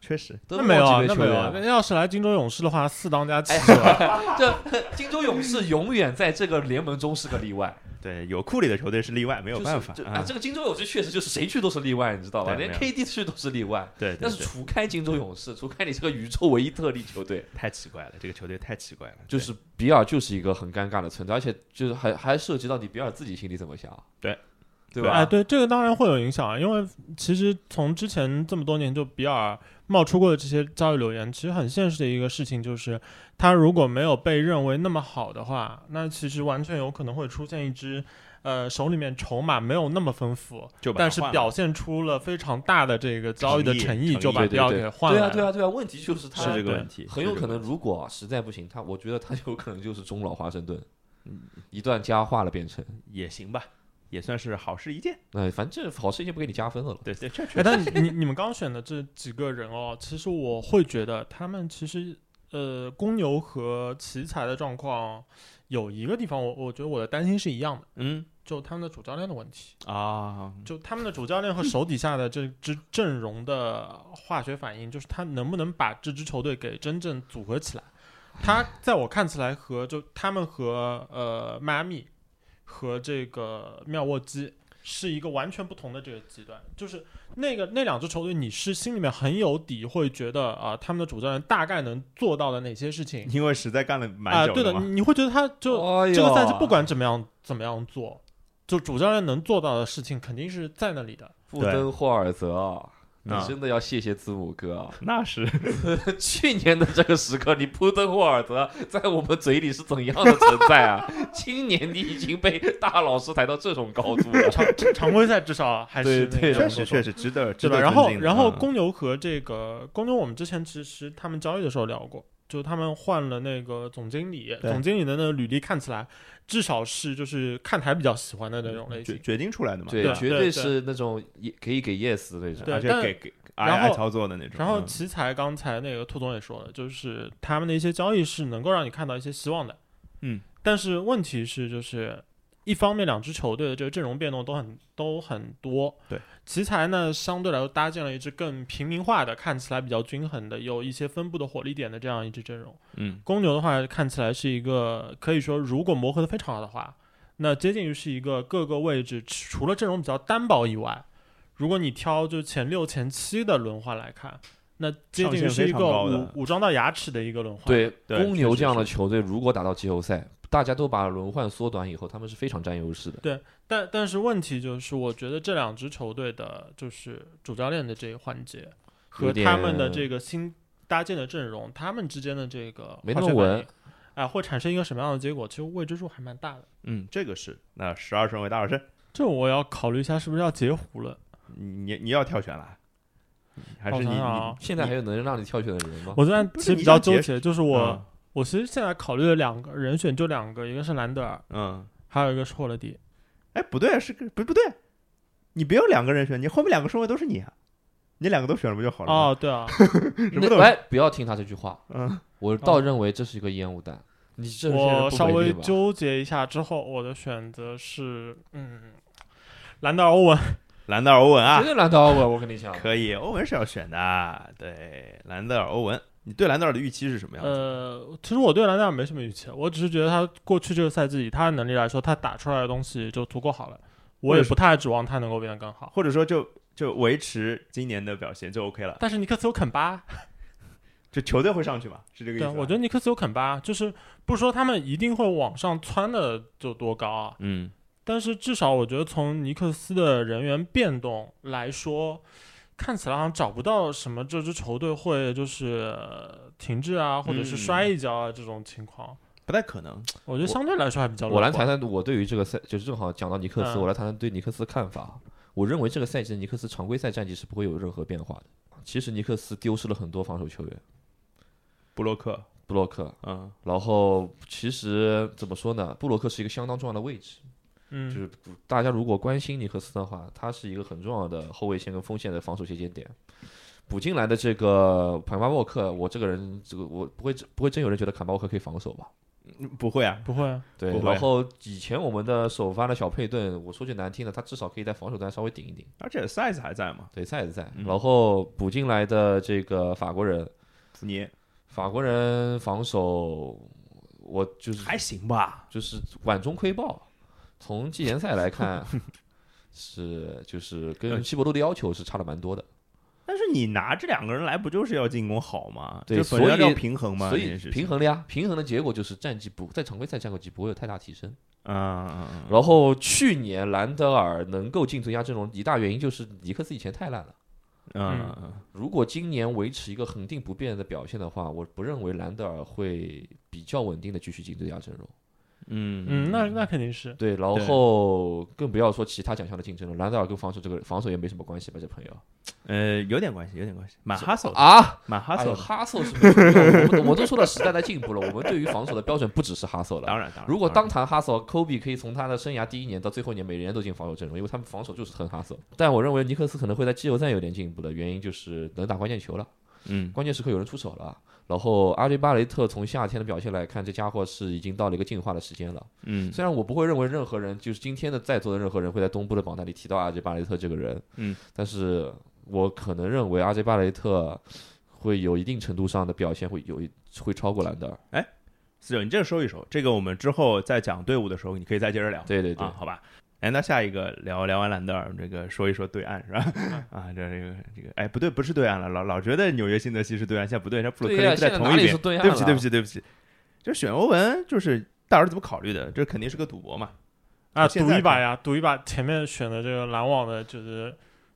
A: 确实，
B: 那
C: 得分
B: 没有啊
C: 王级
B: 那
C: 别球
B: 没有
C: 员
B: 啊，
C: 啊。
B: 那要是来荆州勇士的话，四当家起
C: 哎
B: 了。
C: 这金州勇士永远在这个联盟中是个例外，
A: 对，有库里的球队是例外，没
C: 没
A: 有办法、哎
C: 啊，这个金州勇士确实就是谁去都是例外，你知道吧？
A: 对
C: 连
A: 没
C: KD 去都是例外。
A: 对，对
C: 但是
A: 对
C: 除开金州勇士，除开你这个宇宙唯一特例球队，
A: 太奇怪了，这个球队太奇怪了。
C: 就
A: 对
C: 是比尔就是一个很尴尬的存在，而且就是还还涉及到你比尔自己心里怎么想，
A: 对
C: 对
B: 哎，
C: 吧？
B: 对，这个当然会有影响啊，因为其实从之前这么多年就比尔冒出过的这些交易流言，其实很现实的一个事情就是，他如果没有被认为那么好的话，那其实完全有可能会出现一支。呃，手里面筹码没有那么丰富，
A: 就把它
B: 但是
A: 换了
B: 表现出了非常大的这个交易的
A: 诚
B: 诚
A: 意诚意
B: 就把
C: 对对
B: 比尔
C: 对
B: 给换
C: 对
B: 了。
C: 啊，对啊，对啊。问题就是他
A: 是这个
B: 对
A: 问题，
C: 很
A: 是
C: 有
A: 这
C: 可
A: 个
C: 能，如果啊实在不行，他我觉得他有可能就是中老华盛顿，
A: 嗯
C: 一段佳话了变成，
A: 也行吧，也算是好事一件。
C: 哎，反正好事已经不给你加分的了。
A: 对对，这确实
B: 哎，但你你们刚选的这几个人哦，其实我会觉得他们其实呃，公牛和奇才的状况有一个地方我，我觉得我的担心是一样的，
A: 嗯
B: 就他们的主教练的问题，
A: 啊，
B: 就他们的主教练和手底下的这支阵容的化学反应，就是他能不能把这支球队给真正组合起来。他在我看起来和就他们和呃迈阿密和这个妙沃基是一个完全不同的这个极端，就是那个那两支球队，你是心里面很有底，会觉得啊、他们的主教练大概能做到的哪些事情
A: 因为实在干了
B: 啊、
A: 蛮久
B: 对的，
A: 嘛
B: 你你会觉得他就
C: 哎呦
B: 这个赛季不管怎么样怎么样做，就主教练能做到的事情肯定是在那里的。
C: 布登霍尔泽啊，你
A: 啊
C: 真的要谢谢字母哥啊！
A: 那是
C: 去年的这个时刻，你布登霍尔德在我们嘴里是怎样的存在啊？ 今年你已经被大老师抬到这种高度了，
B: 常常规赛至少还是
C: 对
B: 那
C: 对
A: 确
B: 个
A: 实确实值得，值
B: 对吧？
A: 得
B: 然后
A: 尊敬的
B: 然后
A: 嗯
B: 公牛和这个公牛，我们之前其实他们交易的时候聊过，就他们换了那个总经理，
A: 对
B: 总经理的那个履历看起来至少是就是看台比较喜欢的那种类
A: 决
B: 型。
A: 决定出来的嘛，
C: 对，
B: 对
C: 绝
B: 对对
C: 是那种也可以给 yes 的那种。
B: 对
A: 而且
B: 但
A: 给给爱
B: 然后
A: 爱操作的那种。
B: 然后
A: 嗯
B: 奇才刚才那个兔总也说了，就是他们的一些交易是能够让你看到一些希望的，
A: 嗯，
B: 但是问题是就是一方面两支球队的这个阵容变动都很都很多，
A: 对，
B: 奇才呢相对来说搭建了一支更平民化的，看起来比较均衡的，有一些分布的火力点的这样一支阵容。
A: 嗯，
B: 公牛的话看起来是一个可以说如果磨合的非常好的话，那接近于是一个各个位置除了阵容比较单薄以外，如果你挑就前六前七的轮换来看，那接近于是一
A: 上限非常
B: 个
A: 高的
B: 武武装到牙齿的一个轮换。
C: 对，
A: 对
C: 公牛这样的球队如果打到季后赛，大家都把轮换缩短以后，他们是非常占优势的。
B: 但但是问题就是，我觉得这两支球队的就是主教练的这一环节和
C: 有点
B: 他们的这个新搭建的阵容，他们之间的这个
C: 没那么
B: 化学反应
C: 稳，
B: 哎、会产生一个什么样的结果？其实未知数还蛮大的。
A: 嗯，这个是那十二顺位大老师，
B: 这我要考虑一下，是不是要截胡了？
A: 你你要跳选了，还是
B: 我
A: 你
B: 想想
A: 你
B: 啊
C: 现在还有能让你挑选的人吗？
B: 我现在
A: 不
B: 其
A: 是
B: 实
A: 你
B: 比较
A: 想
B: 纠
A: 截
B: 结，就是我、
A: 嗯
B: 我其实现在考虑了两个人选，就两个，一个是兰德尔，
A: 嗯，
B: 还有一个是霍勒迪。
A: 哎，不对，是个不不对，你别有两个人选，你后面两个顺位都是你啊，你两个都选了不就好了吗？
B: 哦，对啊，
A: 什么都
C: 那哎，不要听他这句话，
A: 嗯，
C: 我倒认为这是一个烟雾弹。你这些人
B: 我
C: 不
B: 稍
C: 回避
B: 微
C: 吧
B: 纠结一下之后，我的选择是嗯，兰德尔欧文。
A: 兰德尔欧文啊
C: 绝，对拦到我，我跟你讲，
A: 可以，欧文是要选的，啊对，兰德尔欧文，你对兰德尔的预期是什么样子？
B: 呃，其实我对兰德尔没什么预期，我只是觉得他过去这个赛季以他的能力来说，他打出来的东西就足够好了，我也
A: 为什
B: 不太指望他能够变得更好。
A: 或者说就就维持今年的表现就 OK 了，
B: 但是尼克斯有肯巴，
A: 就球队会上去嘛，是这个意思
B: 对
A: 吧？
B: 啊，我觉得尼克斯有肯巴，就是不说他们一定会往上窜的就多高啊，
A: 嗯，
B: 但是至少我觉得从尼克斯的人员变动来说，看起来好像找不到什么这支球队会就是呃停滞啊，或者是
A: 嗯
B: 摔一跤啊、这种情况。
A: 不太可能，
B: 我觉得相对来说还比较
C: 我来
B: 乐
C: 谈
B: 观。
C: 谈我对于这个赛，就是正好讲到尼克斯，
B: 嗯
C: 我来谈谈对尼克斯的看法。我认为这个赛季的尼克斯常规赛战绩是不会有任何变化的。其实尼克斯丢失了很多防守球员，
A: 布洛克，
C: 布洛克，
A: 嗯，
C: 然后其实怎么说呢，布洛克是一个相当重要的位置。就
B: 嗯，
C: 是大家如果关心尼克斯的话，他是一个很重要的后卫线跟锋线的防守衔接点。补进来的这个坎巴沃克，我这个人，这个我不会不会真有人觉得坎巴沃克可以防守吧？
A: 不会啊，
B: 不会啊，
C: 对
A: 不，会
C: 然后以前我们的首发的小佩顿，我说句难听的，他至少可以在防守端稍微顶一顶。
A: 而且 size 还在嘛，
C: 对，在也在。
A: 嗯
C: 然后补进来的这个法国人，
A: 子尼
C: 法国人防守，我就是
A: 还行吧，
C: 就是碗中窥豹。从季前赛来看，是就是跟西伯多的要求是差了蛮多的。
A: 但是你拿这两个人来，不就是要进攻好吗？
C: 对
A: 就本来
C: 所以
A: 要平衡嘛，
C: 所
A: 这
C: 以
A: 件事情
C: 平衡了呀，平衡的结果就是战绩不在常规赛战绩不会有太大提升。
A: 嗯嗯嗯，
C: 然后去年兰德尔能够进最佳阵容，一大原因就是尼克斯以前太烂了。
A: 嗯嗯
C: 如果今年维持一个恒定不变的表现的话，我不认为兰德尔会比较稳定的继续进最佳阵容。
A: 嗯
B: 嗯，那那肯定是。
C: 对，然后更不要说其他奖项的竞争了，兰德尔跟防守这个防守也没什么关系吧，这朋友
A: 呃有点关系，有点关系，蛮哈手的，
C: 啊，
A: 蛮哈
C: 哎
A: 手
C: 呦
A: 的，
C: 哈索是 没什么用，我们我都说了时代在进步了，我们对于防守的标准不只是哈索了。
A: 当然当然。
C: 如果
A: 当
C: 当谈哈索，科比可以从他的生涯第一年到最后一年，每年都进防守阵容，因为他们防守就是很哈索。但我认为尼克斯可能会在季后赛有点进步的原因就是能打关键球了。
A: 嗯
C: 关键时刻有人出手了。然后阿里巴雷特从夏天的表现来看，这家伙是已经到了一个进化的时间了。
A: 嗯
C: 虽然我不会认为任何人，就是今天的在座的任何人会在东部的榜单里提到阿里巴雷特这个人，
A: 嗯，
C: 但是我可能认为阿里巴雷特会有一定程度上的表现会有一会超过兰德尔。
A: 四九，你这个收一收，这个我们之后再讲队伍的时候，你可以再接着聊。
C: 对对对，
A: 啊，好吧。哎，那下一个聊聊完兰德尔，这个说一说对岸是吧？ 啊，这这个这个，哎，不对，不是对岸了，老老觉得纽约新泽西是对岸，现在不对，现在布鲁
C: 对
A: 克
C: 呀、
A: 林不
C: 现
A: 在
C: 在
A: 同
C: 哪
A: 一
C: 里
A: 边
C: 是。对岸
A: 对不起，
C: 了
A: 对不，起，对不起，就选欧文，就是大师怎么考虑的？这肯定是个赌博嘛。
B: 啊，
A: 现
B: 赌
A: 在
B: 一把
A: 看
B: 呀，赌一把！前面选的这个篮网的，就是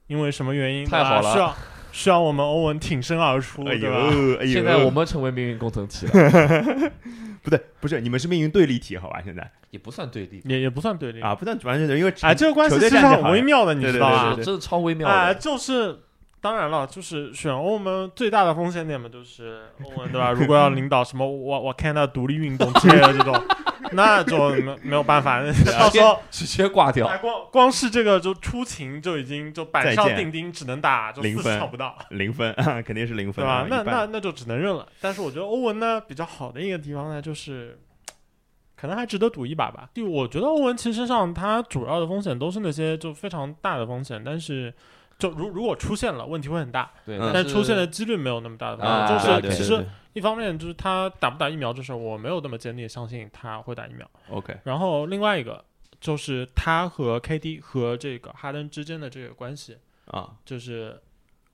B: 因为什么原因，
C: 太
B: 对吧
C: 好了
B: 需要需要我们欧文挺身而出，
A: 哎
B: 对吧？
A: 呦，哎呦，
C: 现在我们成为命运共同体 了，
A: 不对，不是你们是命运对立体，好吧？现在
C: 也不算对立吧，
B: 也也不算对立
A: 啊，不但完全因为
B: 哎，这个关系
A: 球队
B: 其
A: 战
B: 实
A: 绩
B: 很
A: 好呀
B: 微妙的，你
A: 对
B: 知
A: 对
B: 道
A: 对
B: 吧
A: 对？对
C: 这是超微妙
B: 啊，
C: 的。
B: 就是当然了，就是选欧盟最大的风险点嘛，就是欧文对吧？如果要领导什么我我看到独立运动之类的这种， 那就没没 有办法，到时候
C: 直接挂掉。
A: 啊
B: 哎光光是这个就出勤就已经就板上
A: 再见
B: 钉钉，只能打就
A: 零
B: 四
A: 分
B: 十场不到，
A: 零分 肯定是零
B: 对
A: 分
B: 吧
A: 啊，？
B: 那
A: 一半
B: 那那就只能认了。但是我觉得欧文呢比较好的一个地方呢，就是可能还值得赌一把吧。就我觉得欧文其实上他主要的风险都是那些就非常大的风险，但是就如如果出现了问题会很大，
C: 对，
A: 嗯
B: 但出现的几率没有那么大的
C: 啊
B: 风
C: 对
B: 险。
C: 啊
B: 就
C: 对
B: 是
C: 啊
B: 其
A: 对
B: 实
A: 对
B: 一方面就是他打不打疫苗这事儿，我没有那么坚定地相信他会打疫苗。
A: OK，
B: 然后另外一个就是他和 KD 和这个哈登之间的这个关系，
A: 啊，
B: 就是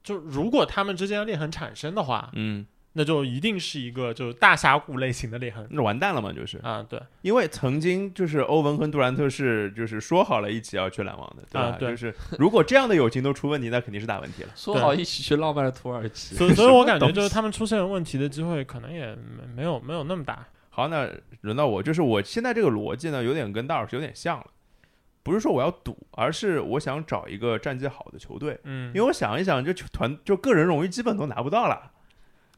B: 就如果他们之间的裂痕产生的话，
A: 嗯，
B: 那就一定是一个就是大峡谷类型的裂 痕
A: 那完蛋了嘛，就是
B: 啊，对，
A: 因为曾经就是欧文和杜兰特是就是说好了一起要去篮网的，对吧？
B: 啊对
A: 就是如果这样的友情都出问题，那肯定是大问题了。
C: 说好一起去浪漫的土耳其，
B: 所以所以我感觉就是他们出现问题的机会可能也没没有没有那么大，
A: 好，那轮到我，就是我现在这个逻辑呢，有点跟大老师有点像了，不是说我要赌，而是我想找一个战绩好的球队，
B: 嗯，
A: 因为我想一想，就球团就个人荣誉基本都拿不到了。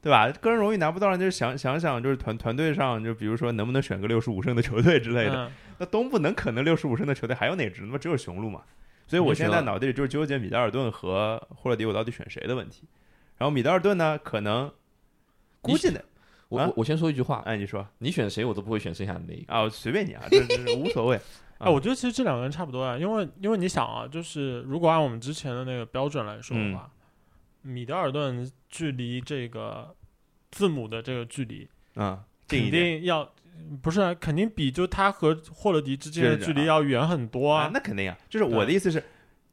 A: 对吧？个人荣誉拿不到了，就是想想想，就是团团队上，就比如说能不能选个六十五胜的球队之类的。
B: 嗯
A: 那东部能可能六十五胜的球队还有哪支？那不只有雄鹿嘛？所以我现在脑袋里就是纠结米德尔顿和霍勒迪，我到底选谁的问题。然后米德尔顿呢，可能估计呢，
C: 我
A: 啊
C: 我我先说一句话，
A: 哎，你说
C: 你选谁我都不会选剩下的那一个。
A: 啊，随便你啊，这这无 所谓。
B: 哎、我觉得其实这两个人差不多啊，因为因为你想啊，就是如果按我们之前的那个标准来说的话，米德尔顿距离这个字母的这个距离
A: 嗯，近一
B: 肯
A: 点
B: 定要不是、啊、肯定比就他和霍勒迪之间的
A: 是
B: 距离要远很多
A: 啊，那肯定啊。就是我的
B: 对
A: 意思是，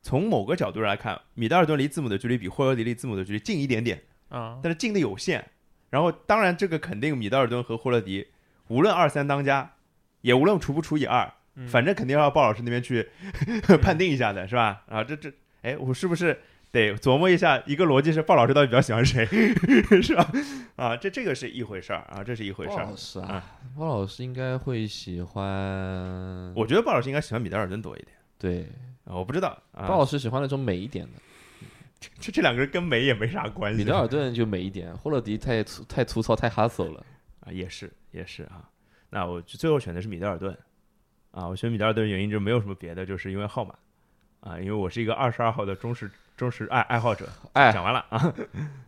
A: 从某个角度上来看，米德尔顿离字母的距离比霍勒迪离字母的距离近一点点，
B: 啊。
A: 但是近的有限。然后当然这个肯定米德尔顿和霍勒迪，无论二三当家，也无论除不除以二，
B: 嗯
A: 反正肯定要鲍老师那边去 判定一下的，是吧？啊，这这，哎，我是不是得琢磨一下一个逻辑是鲍老师到底比较喜欢谁， 是吧？啊，这这个是一回事儿啊，这是一回
C: 鲍
A: 事儿
C: 老。师啊，鲍老师应该会喜欢，
A: 我觉得鲍老师应该喜欢米德尔顿多一点，
C: 对
A: 啊我不知道
C: 鲍
A: 啊，
C: 老师喜欢那种美一点的，
A: 这这两个人跟美也没啥关系。
C: 米德尔顿就美一点，霍勒迪太粗太粗糙太 hustle 了。
A: 啊，也是也是啊。那我就最后选的是米德尔顿啊，我选米德尔顿的原因就没有什么别的，就是因为号码啊，因为我是一个二十二号的忠实忠实爱爱好者。
C: 哎，
A: 讲完了啊，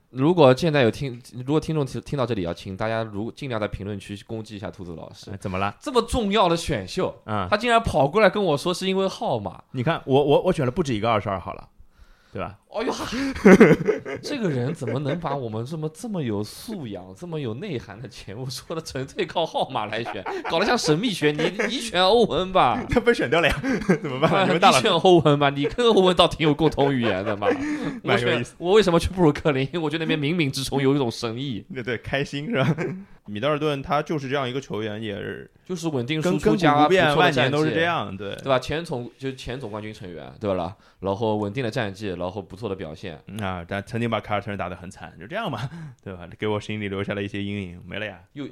C: 如果现在有听，如果听众听听到这里啊，请大家如尽量在评论区攻击一下兔子老师。
A: 怎么了？
C: 这么重要的选秀，
A: 哎啊，
C: 他竟然跑过来跟我说是因为号码。
A: 你看，我我我选了不止一个二十二号了，对 吧？
C: 哎呦，这个人怎么能把我们这么这么有素养、这么有内涵的节目说的纯粹靠号码来选，搞得像神秘学？你你选欧文吧，
A: 他被选掉了呀，怎么 办？你们大
C: 啊你
A: 佬
C: 选欧文吧，你跟欧文倒挺有共同语言的嘛。我
A: 蛮有意
C: 选我为什么去布鲁克林？因为我觉得那边冥冥之中有一种 神意，
A: 对对，开心是吧？ 米德尔顿他就是这样一个球员，也是
C: 就是稳定输
A: 跟
C: 出
A: 跟
C: 加
A: 不变，
C: 不错的
A: 万
C: 战
A: 年都是
C: 绩
A: 这样，对
C: 对吧？前总就是前总冠军成员，对吧啦？然后稳定的战绩，然后不错的表现，
A: 嗯啊。但曾经把凯尔特人打得很惨，就这样吧， 对吧？给我心里留下了一些阴影，没了呀。
C: 幼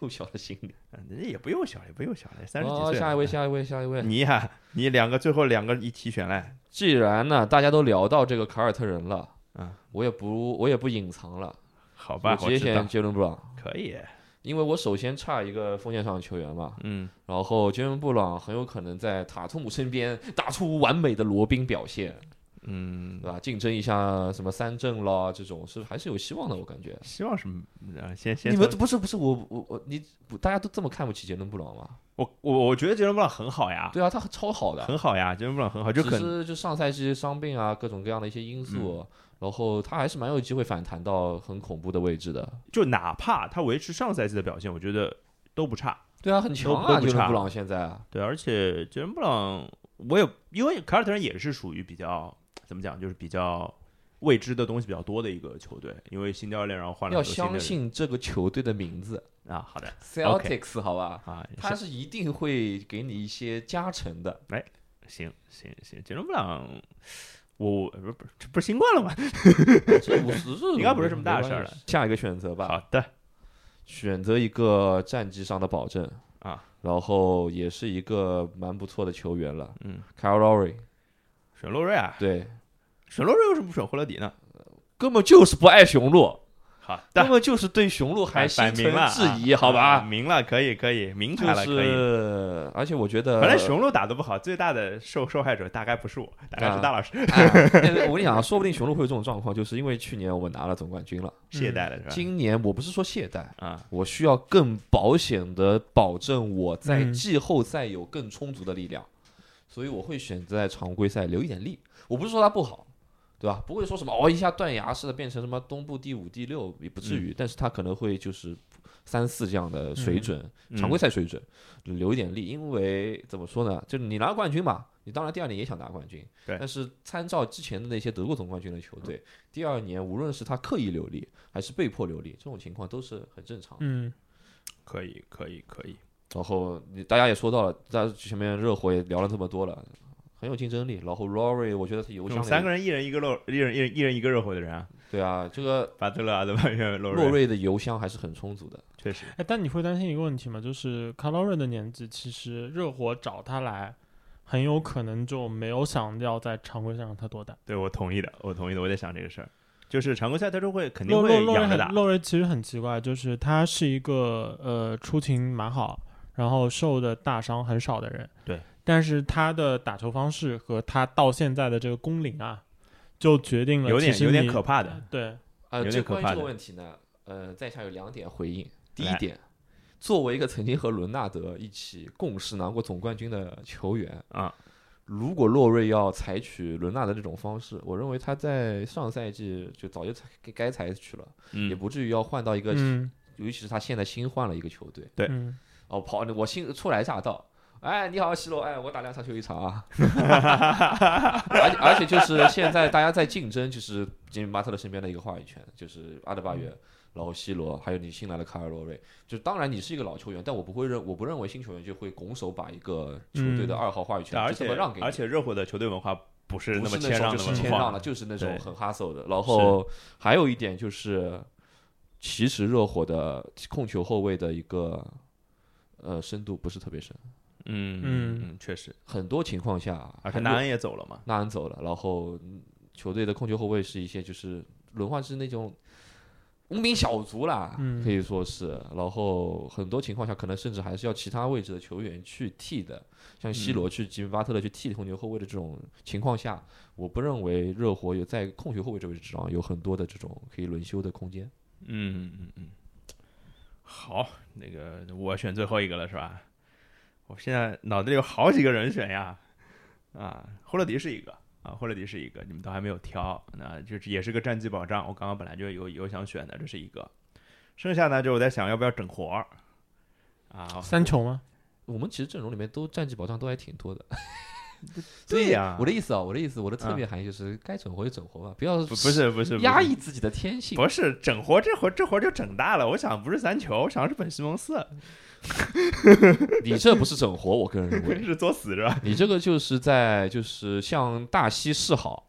C: 幼小的心灵。
A: 嗯人家也不幼小，也不幼小了，三十几
C: 哦，
A: 岁了。哎嗯
C: 下一位，下一位，下一 位。
A: 你呀、你两个最后两个一起选来，
C: 既然呢，大家都聊到这个凯尔特人了，
A: 嗯，
C: 我也不我也不隐藏了，
A: 好
C: 我
A: 吧？
C: 直
A: 我
C: 接
A: 知
C: 选
A: 道，
C: 杰伦布朗，
A: 可以，
C: 因为我首先差一个锋线上的球员嘛，
A: 嗯，
C: 然后杰伦布朗很有可能在塔图姆身边打出完美的罗宾表现，
A: 嗯
C: 对，吧？竞争一下什么三振啦，这种是还是有希望的，我感觉。
A: 希望是啊，先先
C: 你们不是不是我我我你不大家都这么看不起杰伦布朗吗？
A: 我我我觉得杰伦布朗很好呀，
C: 对啊，他超好的，
A: 很好呀，杰伦布朗很好，嗯就
C: 只
A: 可
C: 是就上赛季伤病啊，各种各样的一些因素，然后他还是蛮有机会反弹到很恐怖的位置的。
A: 就哪怕他维持上赛季的表现，我觉得都不差。
C: 对啊，很强
A: 都
C: 啊，
A: 都不
C: 杰
A: 差
C: 伦布朗现在啊，
A: 对，而且杰伦布朗，我也因为凯尔特人也是属于比较怎么讲，就是比较未知的东西比较多的一个球队，因为新教练然后换了
C: 要
A: 很多新的
C: 相
A: 人
C: 信这个球队的名字
A: 啊。好的 OK
C: Celtics，好吧，
A: 啊，
C: 他是一定会给你一些加成的。
A: 行行行，杰伦布朗，我我不是这不是新冠了
C: 嗯
A: 吗？
C: 这五十
A: 应该不是什么大事儿了。
C: 下一个选择吧，
A: 好的，
C: 选择一个战绩上的保证
A: 啊，
C: 然后也是一个蛮不错的球员了。
A: 嗯
C: ，Kyle Lowry，
A: 选洛瑞啊，
C: 对，
A: 选洛瑞为什么不选霍勒迪呢？
C: 根本就是不爱雄鹿，
A: 好
C: 根
A: 的，
C: 本就是对雄鹿还心
A: 摆明
C: 存
A: 了
C: 质疑，
A: 啊
C: 好
A: 啊
C: 吧？
A: 明了，可以可以，明
C: 就
A: 白了，可以。
C: 是，而且我觉得，
A: 本来雄鹿打的不好，最大的受受害者大概不是我，大
C: 啊
A: 概是大老师
C: 哎我跟你讲啊，说不定雄鹿会有这种状况，就是因为去年我们拿了总冠军了，
A: 懈怠了是吧？
C: 今年我不是说懈怠，
A: 啊，
C: 我需要更保险的保证我在
B: 嗯
C: 季后赛有更充足的力量，所以我会选择在常规赛留一点力。我不是说他不好，对吧？不会说什么哦一下断崖式的变成什么东部第五、第六也不至
A: 嗯
C: 于，但是他可能会就是三四这样的水准，
A: 嗯
C: 常规赛水准留一点力，因为怎么说呢，就是你拿冠军嘛，你当然第二年也想拿冠军，
A: 对嗯
C: 但是参照之前的那些得过总冠军的球队，第二年无论是他刻意留力还是被迫留力，这种情况都是很正常的。
B: 嗯，
A: 可以可以可以，
C: 然后你大家也说到了，大家前面热火也聊了这么多了，很有竞争力。然后 Rory，我觉得他有
A: 我
C: 想
A: 们三个人一人一个肉，一人一人一人一个热火的人啊，
C: 对啊，这个
A: 巴特勒、阿德巴约、洛
C: 洛
A: 瑞，
C: 瑞的油箱还是很充足的。
A: 确实，
B: 哎，但你会担心一个问题吗？就是卡劳瑞的年纪，其实热火找他来，很有可能就没有想要在常规赛让他多打。
A: 对我同意的，我同意的，我在想这个事儿，就是常规赛他都会肯定
B: 洛洛
A: 会
B: 洛瑞
A: 养着
B: 很
A: 打，
B: 洛瑞其实很奇怪，就是他是一个呃出勤蛮好，然后受的大伤很少的人。
A: 对，
B: 但是他的打球方式和他到现在的这个攻龄啊，就决定了
A: 有点
B: 其实
A: 有点
B: 你
A: 可怕的，
B: 对，
C: 啊，
A: 有
C: 这
A: 点可
C: 关于
A: 怕
C: 这个
A: 的
C: 问题呢，呃，在下有两点回应。第一
A: 来
C: 点，作为一个曾经和伦纳德一起共事拿过总冠军的球员
A: 啊，
C: 如果洛瑞要采取伦纳德这种方式，我认为他在上赛季就早就采该采取了，也
A: 嗯，
C: 不至于要换到一个，
B: 嗯
C: 尤其是他现在新换了一个球队。
A: 对
B: 嗯，
C: 哦，跑，我新初来乍到。哎，你好，西罗，哎，我打两场球一场啊。 而且而且就是现在大家在竞争，就是吉米巴特勒身边的一个话语权，就是阿德巴约，然后西罗，还有你新来的卡尔洛瑞。就当然你是一个老球员，但我不会认，我不认为新球员就会拱手把一个球队的
B: 嗯
C: 二号话语
A: 对
C: 权
A: 而
C: 就这
A: 且
C: 么让给你。
A: 而且热火的球队文化不是
C: 不
A: 那么
C: 是
A: 谦
C: 种
A: 让
C: 就
A: 的
C: 是谦
A: 文
C: 让
A: 化，
C: 了，就是那种
A: 对
C: 很 hustle 的。然后还有一点就是，其实热火的控球后卫的一个呃深度不是特别深。
A: 嗯
B: 嗯
A: 嗯，确实，
C: 很多情况下，
A: 而且
C: 还
A: 南
C: 有
A: 安也走了嘛，
C: 纳恩走了，然后嗯球队的控球后卫是一些就是轮换是那种无名小卒啦，
B: 嗯
C: 可以说是。然后很多情况下，可能甚至还是要其他位置的球员去替的，像西
A: 嗯
C: 罗去吉米巴特勒去替控球后卫的这种情况下，我不认为热火有在控球后卫这个位置上有很多的这种可以轮休的空间。
A: 嗯嗯嗯，好，那个我选最后一个了是吧？我现在脑子里有好几个人选呀，啊，霍勒迪是一个啊，霍勒迪是一个，你们都还没有挑，那就是也是个战绩保障，我刚刚本来就有有想选的，这是一个，剩下呢就我在想要不要整活儿啊，
B: 三球吗？
C: 我们其实阵容里面都战绩保障都还挺多的，
A: 对呀嗯
C: 我的意思啊，我的意思，我的侧面含义就是该整活就整活吧，不要
A: 不不是不是
C: 压
A: 抑。
C: 抑自己的天性。
A: 不是整活，这活这活就整大了。我想不是三球，我想是本西蒙斯，
C: 你这不是整活，我个人认 为，
A: 是作死是吧？
C: 你这个就是在就是向大西示好。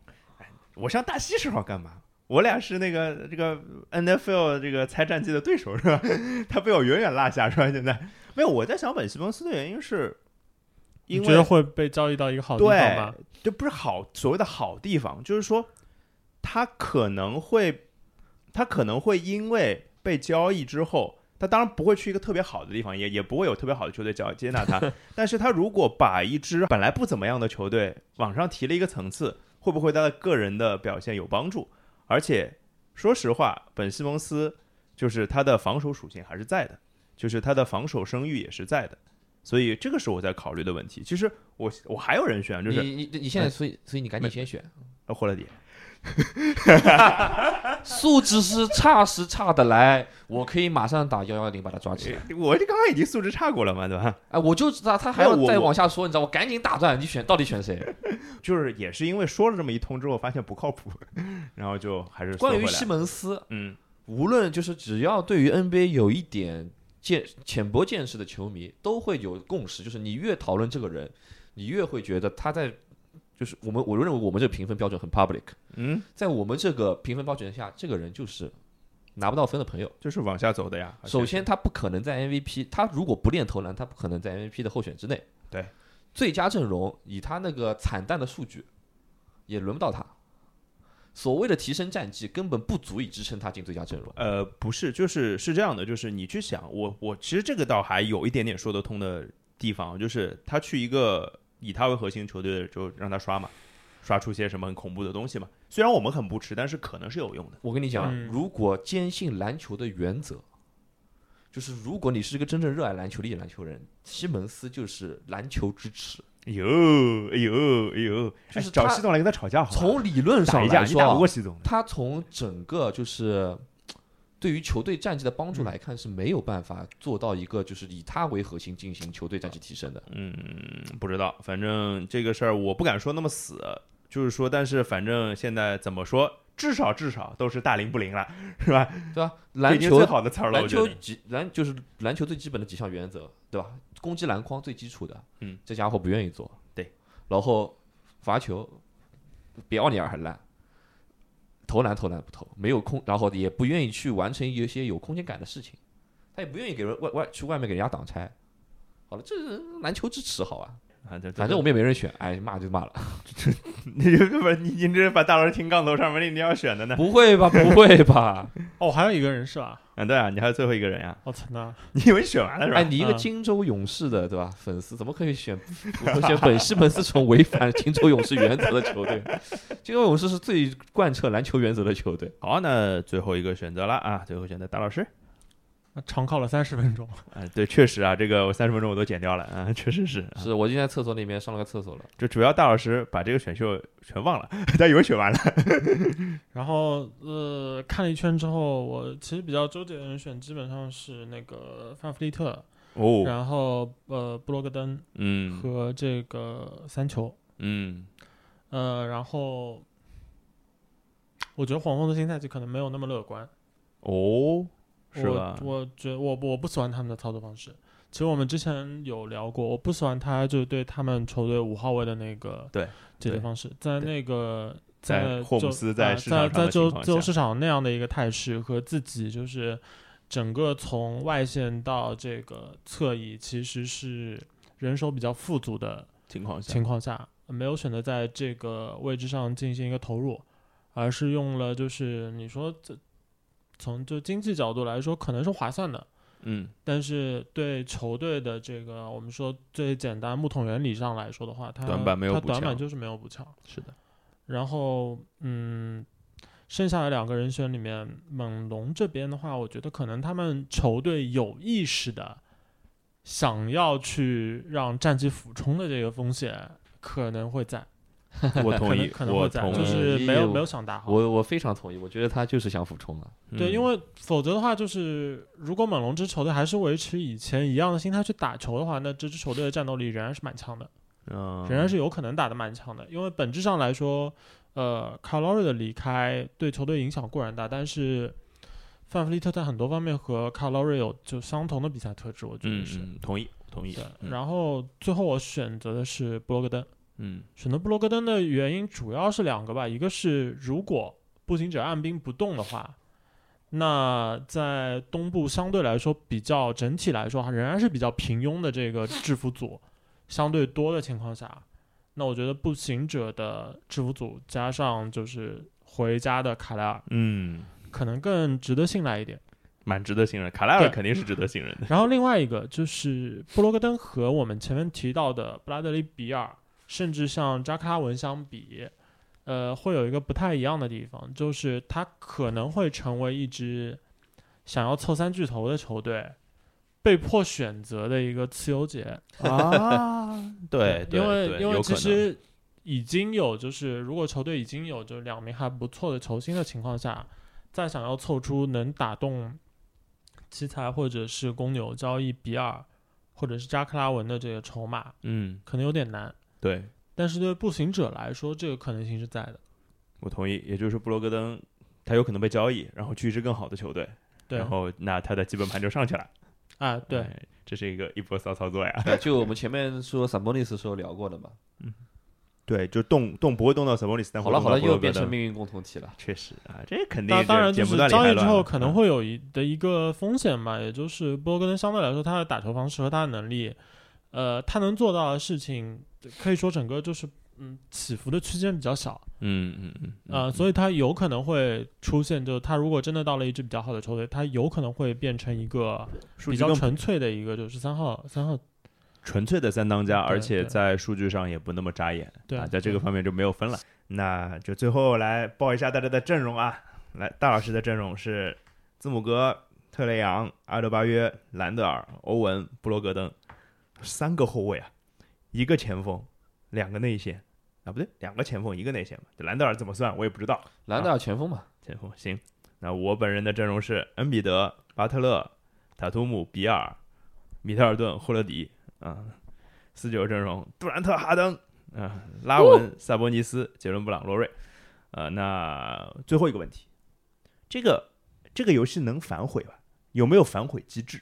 A: 我上大西时候干嘛？我俩是那个这个 NFL 这个猜战绩的对手是吧？ 他被我远远落下是吧？现在没有，我在想本西蒙斯的原因是，
B: 你
A: 因
B: 觉得
A: 为
B: 会被交易到一个好地方
A: 对
B: 吗？，
A: 这不是好所谓的好地方，就是说他可能会，他可能会因为被交易之后，他当然不会去一个特别好的地方，也也不会有特别好的球队交接纳他。但是他如果把一支本来不怎么样的球队往上提了一个层次，会不会对他的个人的表现有帮助？而且说实话，本西蒙斯就是他的防守属性还是在的，就是他的防守声誉也是在的。所以这个是我在考虑的问题。其实我我还有人选，就是
C: 你你你现在，所以所以你赶紧
A: 没
C: 先选。
A: 呃霍勒迪。
C: 素质是差是差的来，我可以马上打幺幺零把他抓起来。
A: 我这刚刚已经素质差过了嘛，对吧？
C: 哎，我就知道他还
A: 没
C: 要
A: 有我
C: 再
A: 我
C: 往下说，你知道，我赶紧打断。你选到底选谁？
A: 就是也是因为说了这么一通之后，发现不靠谱， 然后就还是缩
C: 关于
A: 回来
C: 西蒙斯，
A: 嗯
C: 无论就是只要对于 NBA 有一点见浅薄见识的球迷，都会有共识，就是你越讨论这个人，你越会觉得他在，就是我们我认为我们这个评分标准很 public，
A: 嗯，
C: 在我们这个评分标准下，这个人就是拿不到分的朋友。
A: 就是往下走的呀。而且
C: 首先，他不可能在 MVP，他如果不练投篮，他不可能在 MVP 的候选之内。
A: 对，
C: 最佳阵容以他那个惨淡的数据，也轮不到他。所谓的提升战绩根本不足以支撑他进最佳阵容。
A: 呃，不是，就是是这样的，就是你去想，我我其实这个倒还有一点点说得通的地方，就是他去一个以他为核心球队，就让他刷嘛，刷出些什么很恐怖的东西嘛。虽然我们很不吃，但是可能是有用的。
C: 我跟你讲，
B: 嗯
C: 如果坚信篮球的原则，就是如果你是一个真正热爱篮球的一个篮球人，西蒙斯就是篮球之耻。
D: 哎呦哎呦哎呦，
C: 就是
D: 哎找
C: 他
D: 习总来跟他吵架好了，
C: 从理论
D: 打
C: 上
D: 一架，
C: 来
D: 你
C: 说
D: 打
C: 啊
D: 不，过习总的。
C: 他从整个就是对于球队战绩的帮助来看，是没有办法做到一个就是以他为核心进行球队战绩提升的。
A: 不知道，反正这个事儿我不敢说那么死，就是说，但是反正现在怎么说，至少至少都是大龄不灵了，是吧？
C: 对吧？
A: 这
C: 篮
A: 已经
C: 球
A: 最好的词儿了，
C: 篮
A: 我觉
C: 球
A: 得。
C: 几篮就是篮球最基本的几项原则，对吧？攻击篮筐最基础的，
A: 嗯，
C: 这家伙不愿意做，
A: 对。
C: 然后罚球，比奥尼尔还烂，投篮投篮不投，没有空，然后也不愿意去完成一些有空间感的事情，他也不愿意给人外外去外面给人家挡拆。好了，这是篮球之耻好啊，
A: 啊这这
C: 反正我们也没人选，哎，骂就骂了，
A: 你就不是你你这把大佬ทิ้杠头上面，你你要选的呢？
C: 不会吧，不会吧？
B: 哦，还有一个人是吧？
A: 啊，对啊，你还有最后一个人呀、
B: 我操那
A: 你以为选完了是吧？
C: 哎，你一个
B: 嗯
C: 金州勇士的对吧？粉丝怎么可以 选选本西蒙斯这种违反金州勇士原则的球队？ 金州勇士是最贯彻篮球原则的球队。
A: 好，那最后一个选择了啊，最后选择大老师
B: 那长考了三十分钟，
A: 啊，对，确实啊，这个我三十分钟我都剪掉了啊，确实是啊，
C: 是我今天在厕所里面上了个厕所了。
A: 这主要大老师把这个选秀全忘了， 他以为选完了，
B: 然后呃看了一圈之后，我其实比较纠结的人选基本上是那个范弗利特，
A: 哦，
B: 然后呃布罗格登
A: 嗯
B: 和这个三球，
A: 嗯，
B: 呃，然后我觉得黄蜂的新赛季可能没有那么乐观，
A: 哦，是吧？
B: 我我觉我我不喜欢他们的操作方式。其实我们之前有聊过，我不喜欢他就是对他们球队五号位的那个
A: 对
B: 解决
A: 对
B: 方式，在
A: 对
B: 那个
A: 在霍姆
B: 就
A: 斯
B: 呃
A: 在
B: 在
A: 市场上
B: 在
A: 的
B: 自由
A: 情况
B: 自由
A: 下
B: 市场那样的一个态势和自己就是整个从外线到这个侧翼其实是人手比较富足的
A: 情况下
B: 情况下，没有选择在这个位置上进行一个投入，而是用了就是你说这从就经济角度来说可能是划算的，
A: 嗯
B: 但是对球队的这个我们说最简单木桶原理上来说的话，它
A: 短板没有
B: 它
A: 补
B: 短板
A: 强
B: 就是没有补强。
A: 是的，
B: 然后嗯，剩下的两个人选里面，猛龙这边的话，我觉得可能他们球队有意识的想要去让战绩俯冲的这个风险可能会在，
A: 我
B: 可
A: 同
B: 能
A: 意
B: 可，能
A: 我
B: 会在，
A: 同
B: 就
A: 意，
B: 是没
C: 我
B: 有没有想打好。
C: 我我非常同意，我觉得他就是想俯冲啊了。
B: 对，
A: 嗯
B: 因为否则的话，就是如果猛龙这支球队还是维持以前一样的心态去打球的话，那这支球队的战斗力仍然是蛮强的，
A: 嗯，
B: 仍然是有可能打得蛮强的。因为本质上来说，呃，卡罗瑞的离开对球队影响固然大，但是范弗利特在很多方面和卡罗瑞有就相同的比赛特质，我觉
A: 嗯
B: 得是。
A: 嗯，同意同意
B: 对，，
A: 嗯
B: 然后最后我选择的是布罗格登。
A: 嗯
B: 选择布罗格登的原因主要是两个吧，一个是如果步行者按兵不动的话，那在东部相对来说比较整体来说还仍然是比较平庸的这个制服组，相对多的情况下，那我觉得步行者的制服组加上就是回家的卡莱尔，
A: 嗯，
B: 可能更值得信赖一点。
A: 蛮值得信任，卡莱尔
B: 对
A: 肯定是值得信 任的，
B: 然后另外一个就是布罗格登和我们前面提到的布拉德利·比尔，甚至像扎克拉文相比，呃，会有一个不太一样的地方，就是他可能会成为一支想要凑三巨头的球队被迫选择的一个次优解。
A: 啊，对，对
B: 因为
A: 对
B: 因
A: 有
B: 为
A: 可
B: 其
A: 能
B: 实已经有就是，如果球队已经有就两名还不错的球星的情况下，再想要凑出能打动奇才或者是公牛交易比尔或者是扎克拉文的这个筹码，
A: 嗯，
B: 可能有点难。
A: 对
B: 但是对步行者来说，这个可能性是在的。
A: 我同意，也就是布罗格登他有可能被交易，然后去一支更好的球队，
B: 对，
A: 然后那他的基本盘就上去了，
B: 啊，对，
A: 哎，这是一个一波骚操作 呀，
C: 对就我们前面说萨博尼斯时候聊过的嘛。
A: 对，就动动不会动到 Sabonis，但
C: 好了好了，又变成命运共同体了。
A: 确实啊，这肯定
B: 当当然就
A: 剪不
B: 是
A: 断理
B: 交
A: 还
B: 易之
A: 乱
B: 后
A: 了嗯
B: 可能会有一的一个风险吧，也就是波格登相对来说他的打球方式和他的能力，呃，他能做到的事情，可以说整个就是嗯起伏的区间比较小，
E: 嗯嗯嗯
B: 啊、所以他有可能会出现，就是他如果真的到了一支比较好的球队，他有可能会变成一个
E: 数
B: 比
E: 据
B: 较
E: 更
B: 纯粹的一个，就是三号三号
E: 纯粹的三当家，
B: 对
E: 而且
B: 对
E: 在数据上也不那么扎眼，
B: 对
E: 啊，在这个方面就没有分了。
A: 那就最后来报一下大家的阵容啊。来，大老师的阵容是字母哥、特雷杨、阿德巴约、兰德尔、欧文、布罗格登，三个后卫啊，一个前锋，两个内线啊，不对，两个前锋，一个内线嘛。这兰德尔怎么算我也不知道。
C: 兰德尔前锋嘛，
A: 前锋行，
E: 那我本人的阵容是恩比德、巴特勒、塔图姆、比尔、米特尔顿、霍勒迪啊，四九阵容，杜兰特、哈登啊，拉文、萨博尼斯、杰伦布朗、罗瑞。呃，那
A: 最后一个问题，这个这个游戏能反悔吧？有没有反悔机制？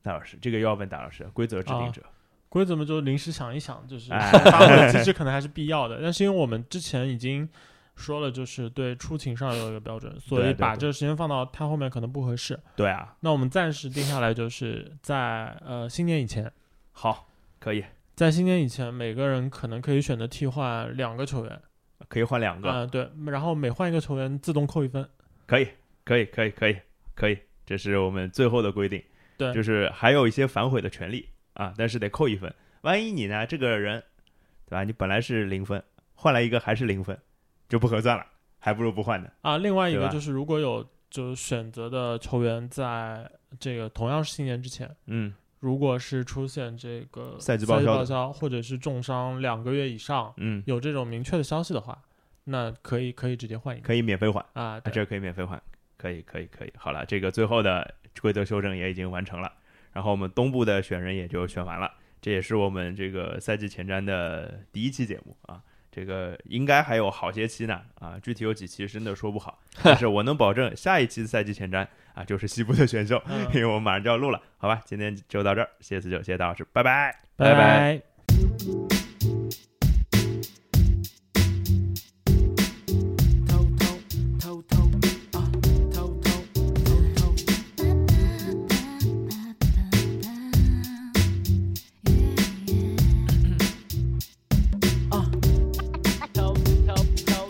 A: 大老师，这个又要问大老师，规则制定者。
B: 规则嘛，就临时想一想，就是
A: 哎
B: 发挥机制可能还是必要的。但是因为我们之前已经说了，就是对出勤上有一个标准，所
A: 对
B: 以
A: 对
B: 把
A: 对
B: 这个时间放到它后面可能不合适。
A: 对啊，
B: 那我们暂时定下来，就是在呃新年以前，
A: 好，可以，
B: 在新年以前，每个人可能可以选择替换两个球员，
A: 可以换两个，
B: 啊、对，然后每换一个球员自动扣一分。
E: 可以，可以，可以，可以，可以，这是我们最后的规定。
B: 对
E: 就是还有一些反悔的权利啊，但是得扣一分。万一你呢，这个人，对吧？你本来是零分，换来一个还是零分，
A: 就不合算了，还不如不换呢。
B: 啊，另外一
E: 对
B: 个
E: 吧
B: 就是如果有就是选择的球员在这个同样是新年之前，
E: 嗯
B: 如果是出现这个
A: 赛季
B: 季
A: 报销的
B: 报销或者是重伤两个月以上
E: 嗯，
B: 有这种明确的消息的话，那可以可以直接换一个
A: 可以免费换。
B: 啊，
E: 啊，
B: 对
E: 这可以免费换，可以，可以，可以。好了，这个最后的规则修正也已经完成了，然后我们东部的选人也就选完了，这也是我们这个赛季前瞻的第一期节目啊。这个应该还有好些期呢啊，具体有几期真的说不 好，但是我能保证下一期赛季前瞻啊就是西部的选秀，
B: 嗯
E: 因为我们马上就要录了，好吧？今天就到这儿，谢谢四九，谢谢大老师，拜拜。
B: 拜
E: 拜拜
F: 偷偷偷偷啊，偷偷偷偷。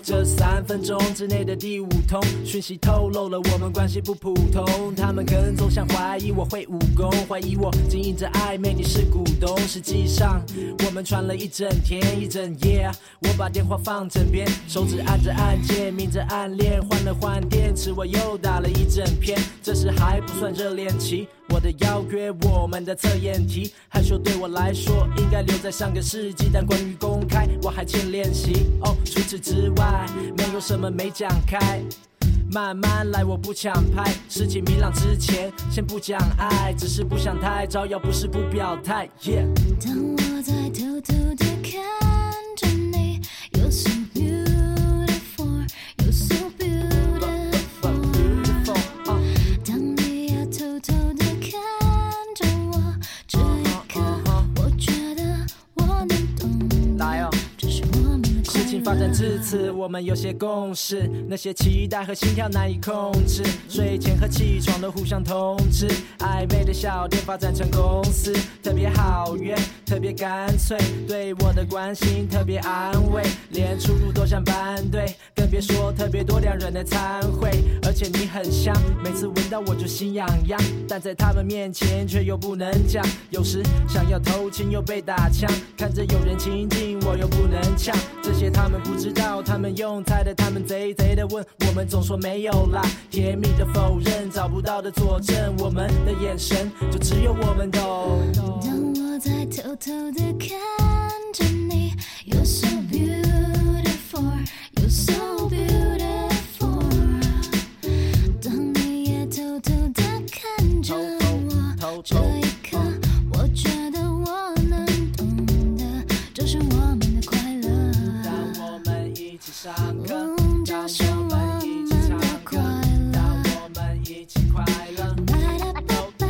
F: 这三分钟之内的第五通讯息透露了我们关系不普通。他们跟踪像怀疑我会武功，怀疑我经营着暧昧，你是股东。实际上，我们传了一整天一整夜。我把电话放枕边，手指按着按键，明着暗恋，换了换电池，我又打了一整篇。这时还不算热恋期。我的邀约，我们的测验题，害羞对我来说应该留在上个世纪，但关于公开，我还欠练习。哦，除此之外，没有什么没讲开。慢慢来，我不抢拍。事情明朗之前，先不讲爱，只是不想太招摇，不是不表态。Yeah。
G: 当我在偷偷地看着你，You're so beautiful, You're so beautiful。当
F: 啊
G: 你要偷偷地看着我，这一刻我觉得我能懂，
F: 来哦。
G: 这是我们的快
F: 事情发展
G: 乐
F: 至此，我们有些共识，那些期待和心跳难以控制，睡前和起床都互相通知，暧昧的小店发展成公司，特别好约，特别干脆，对我的关心特别安慰，连出入都像班队，更别说特别多两人的餐会，而且你很香，每次闻到我就心痒痒，但在他们面前却又不能讲，有时想要偷亲又被打枪，看着有人亲近我又不能呛，这些他们不知道，他们用猜的，他们贼贼的问，我们总说没有啦，甜蜜的否认，找不到的佐证，我们的眼神就只有我们懂。
G: 当我在偷偷地看着你，You're so beautiful, You're so beautiful。当你也偷偷地看着我，这一刻我觉得我能懂得，这是我们的快
F: 当
G: 乐。
F: 我们一起上课，
G: 嗯这
F: 当
G: 是
F: 我们一起唱歌
G: 我
F: 当
G: 们，的快乐
F: 我们一起快乐，
G: 巴拉巴巴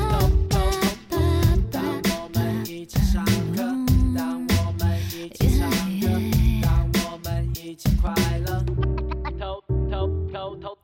G: 巴巴
F: 当
G: 巴
F: 我们一起上课，当我们一起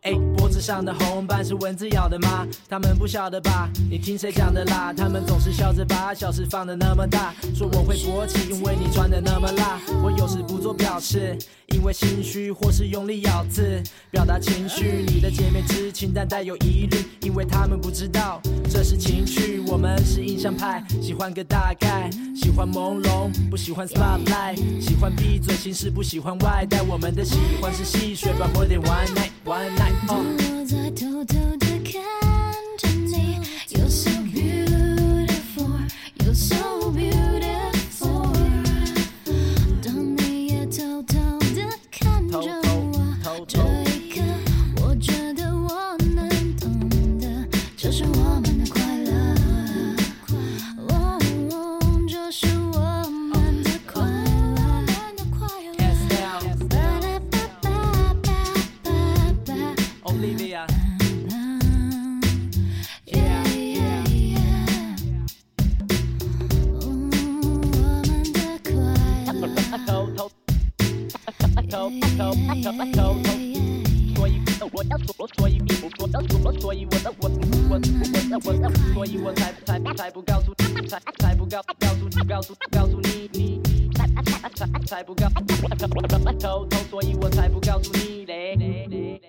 F: 哎上的红斑是蚊子咬的吗？他们不晓得吧？你听谁讲的啦？他们总是笑着把小事放的那么大，说我会勃起，因为你穿的那么辣。我有时不做表示，因为心虚或是用力咬字表达情绪。你的姐妹知情但带有疑虑，因为他们不知道这是情趣。我们是印象派，喜欢个大概，喜欢朦胧，不喜欢 spotlight，喜欢闭嘴行事，不喜欢外带。我们的喜欢是戏谑，把火点 one night one night。哦。
G: 我在偷偷地看着你，You're so beautiful，You're so beautiful。当你也偷偷地看着我，这一刻，我觉得我能懂得，这是我们的快乐。哦，这是我们的快乐。
F: SL
G: 巴拉巴巴巴巴巴。
F: Olivia。
G: Yeah, yeah, yeah. 嗯，我们的快乐。
F: 偷偷偷偷偷偷偷，所以我要说，所以我我要说，所以我的我我我我我，所以我才才才不告诉，才才不告告诉告诉告诉你你，才才才不告偷偷，所以我才不告诉你嘞。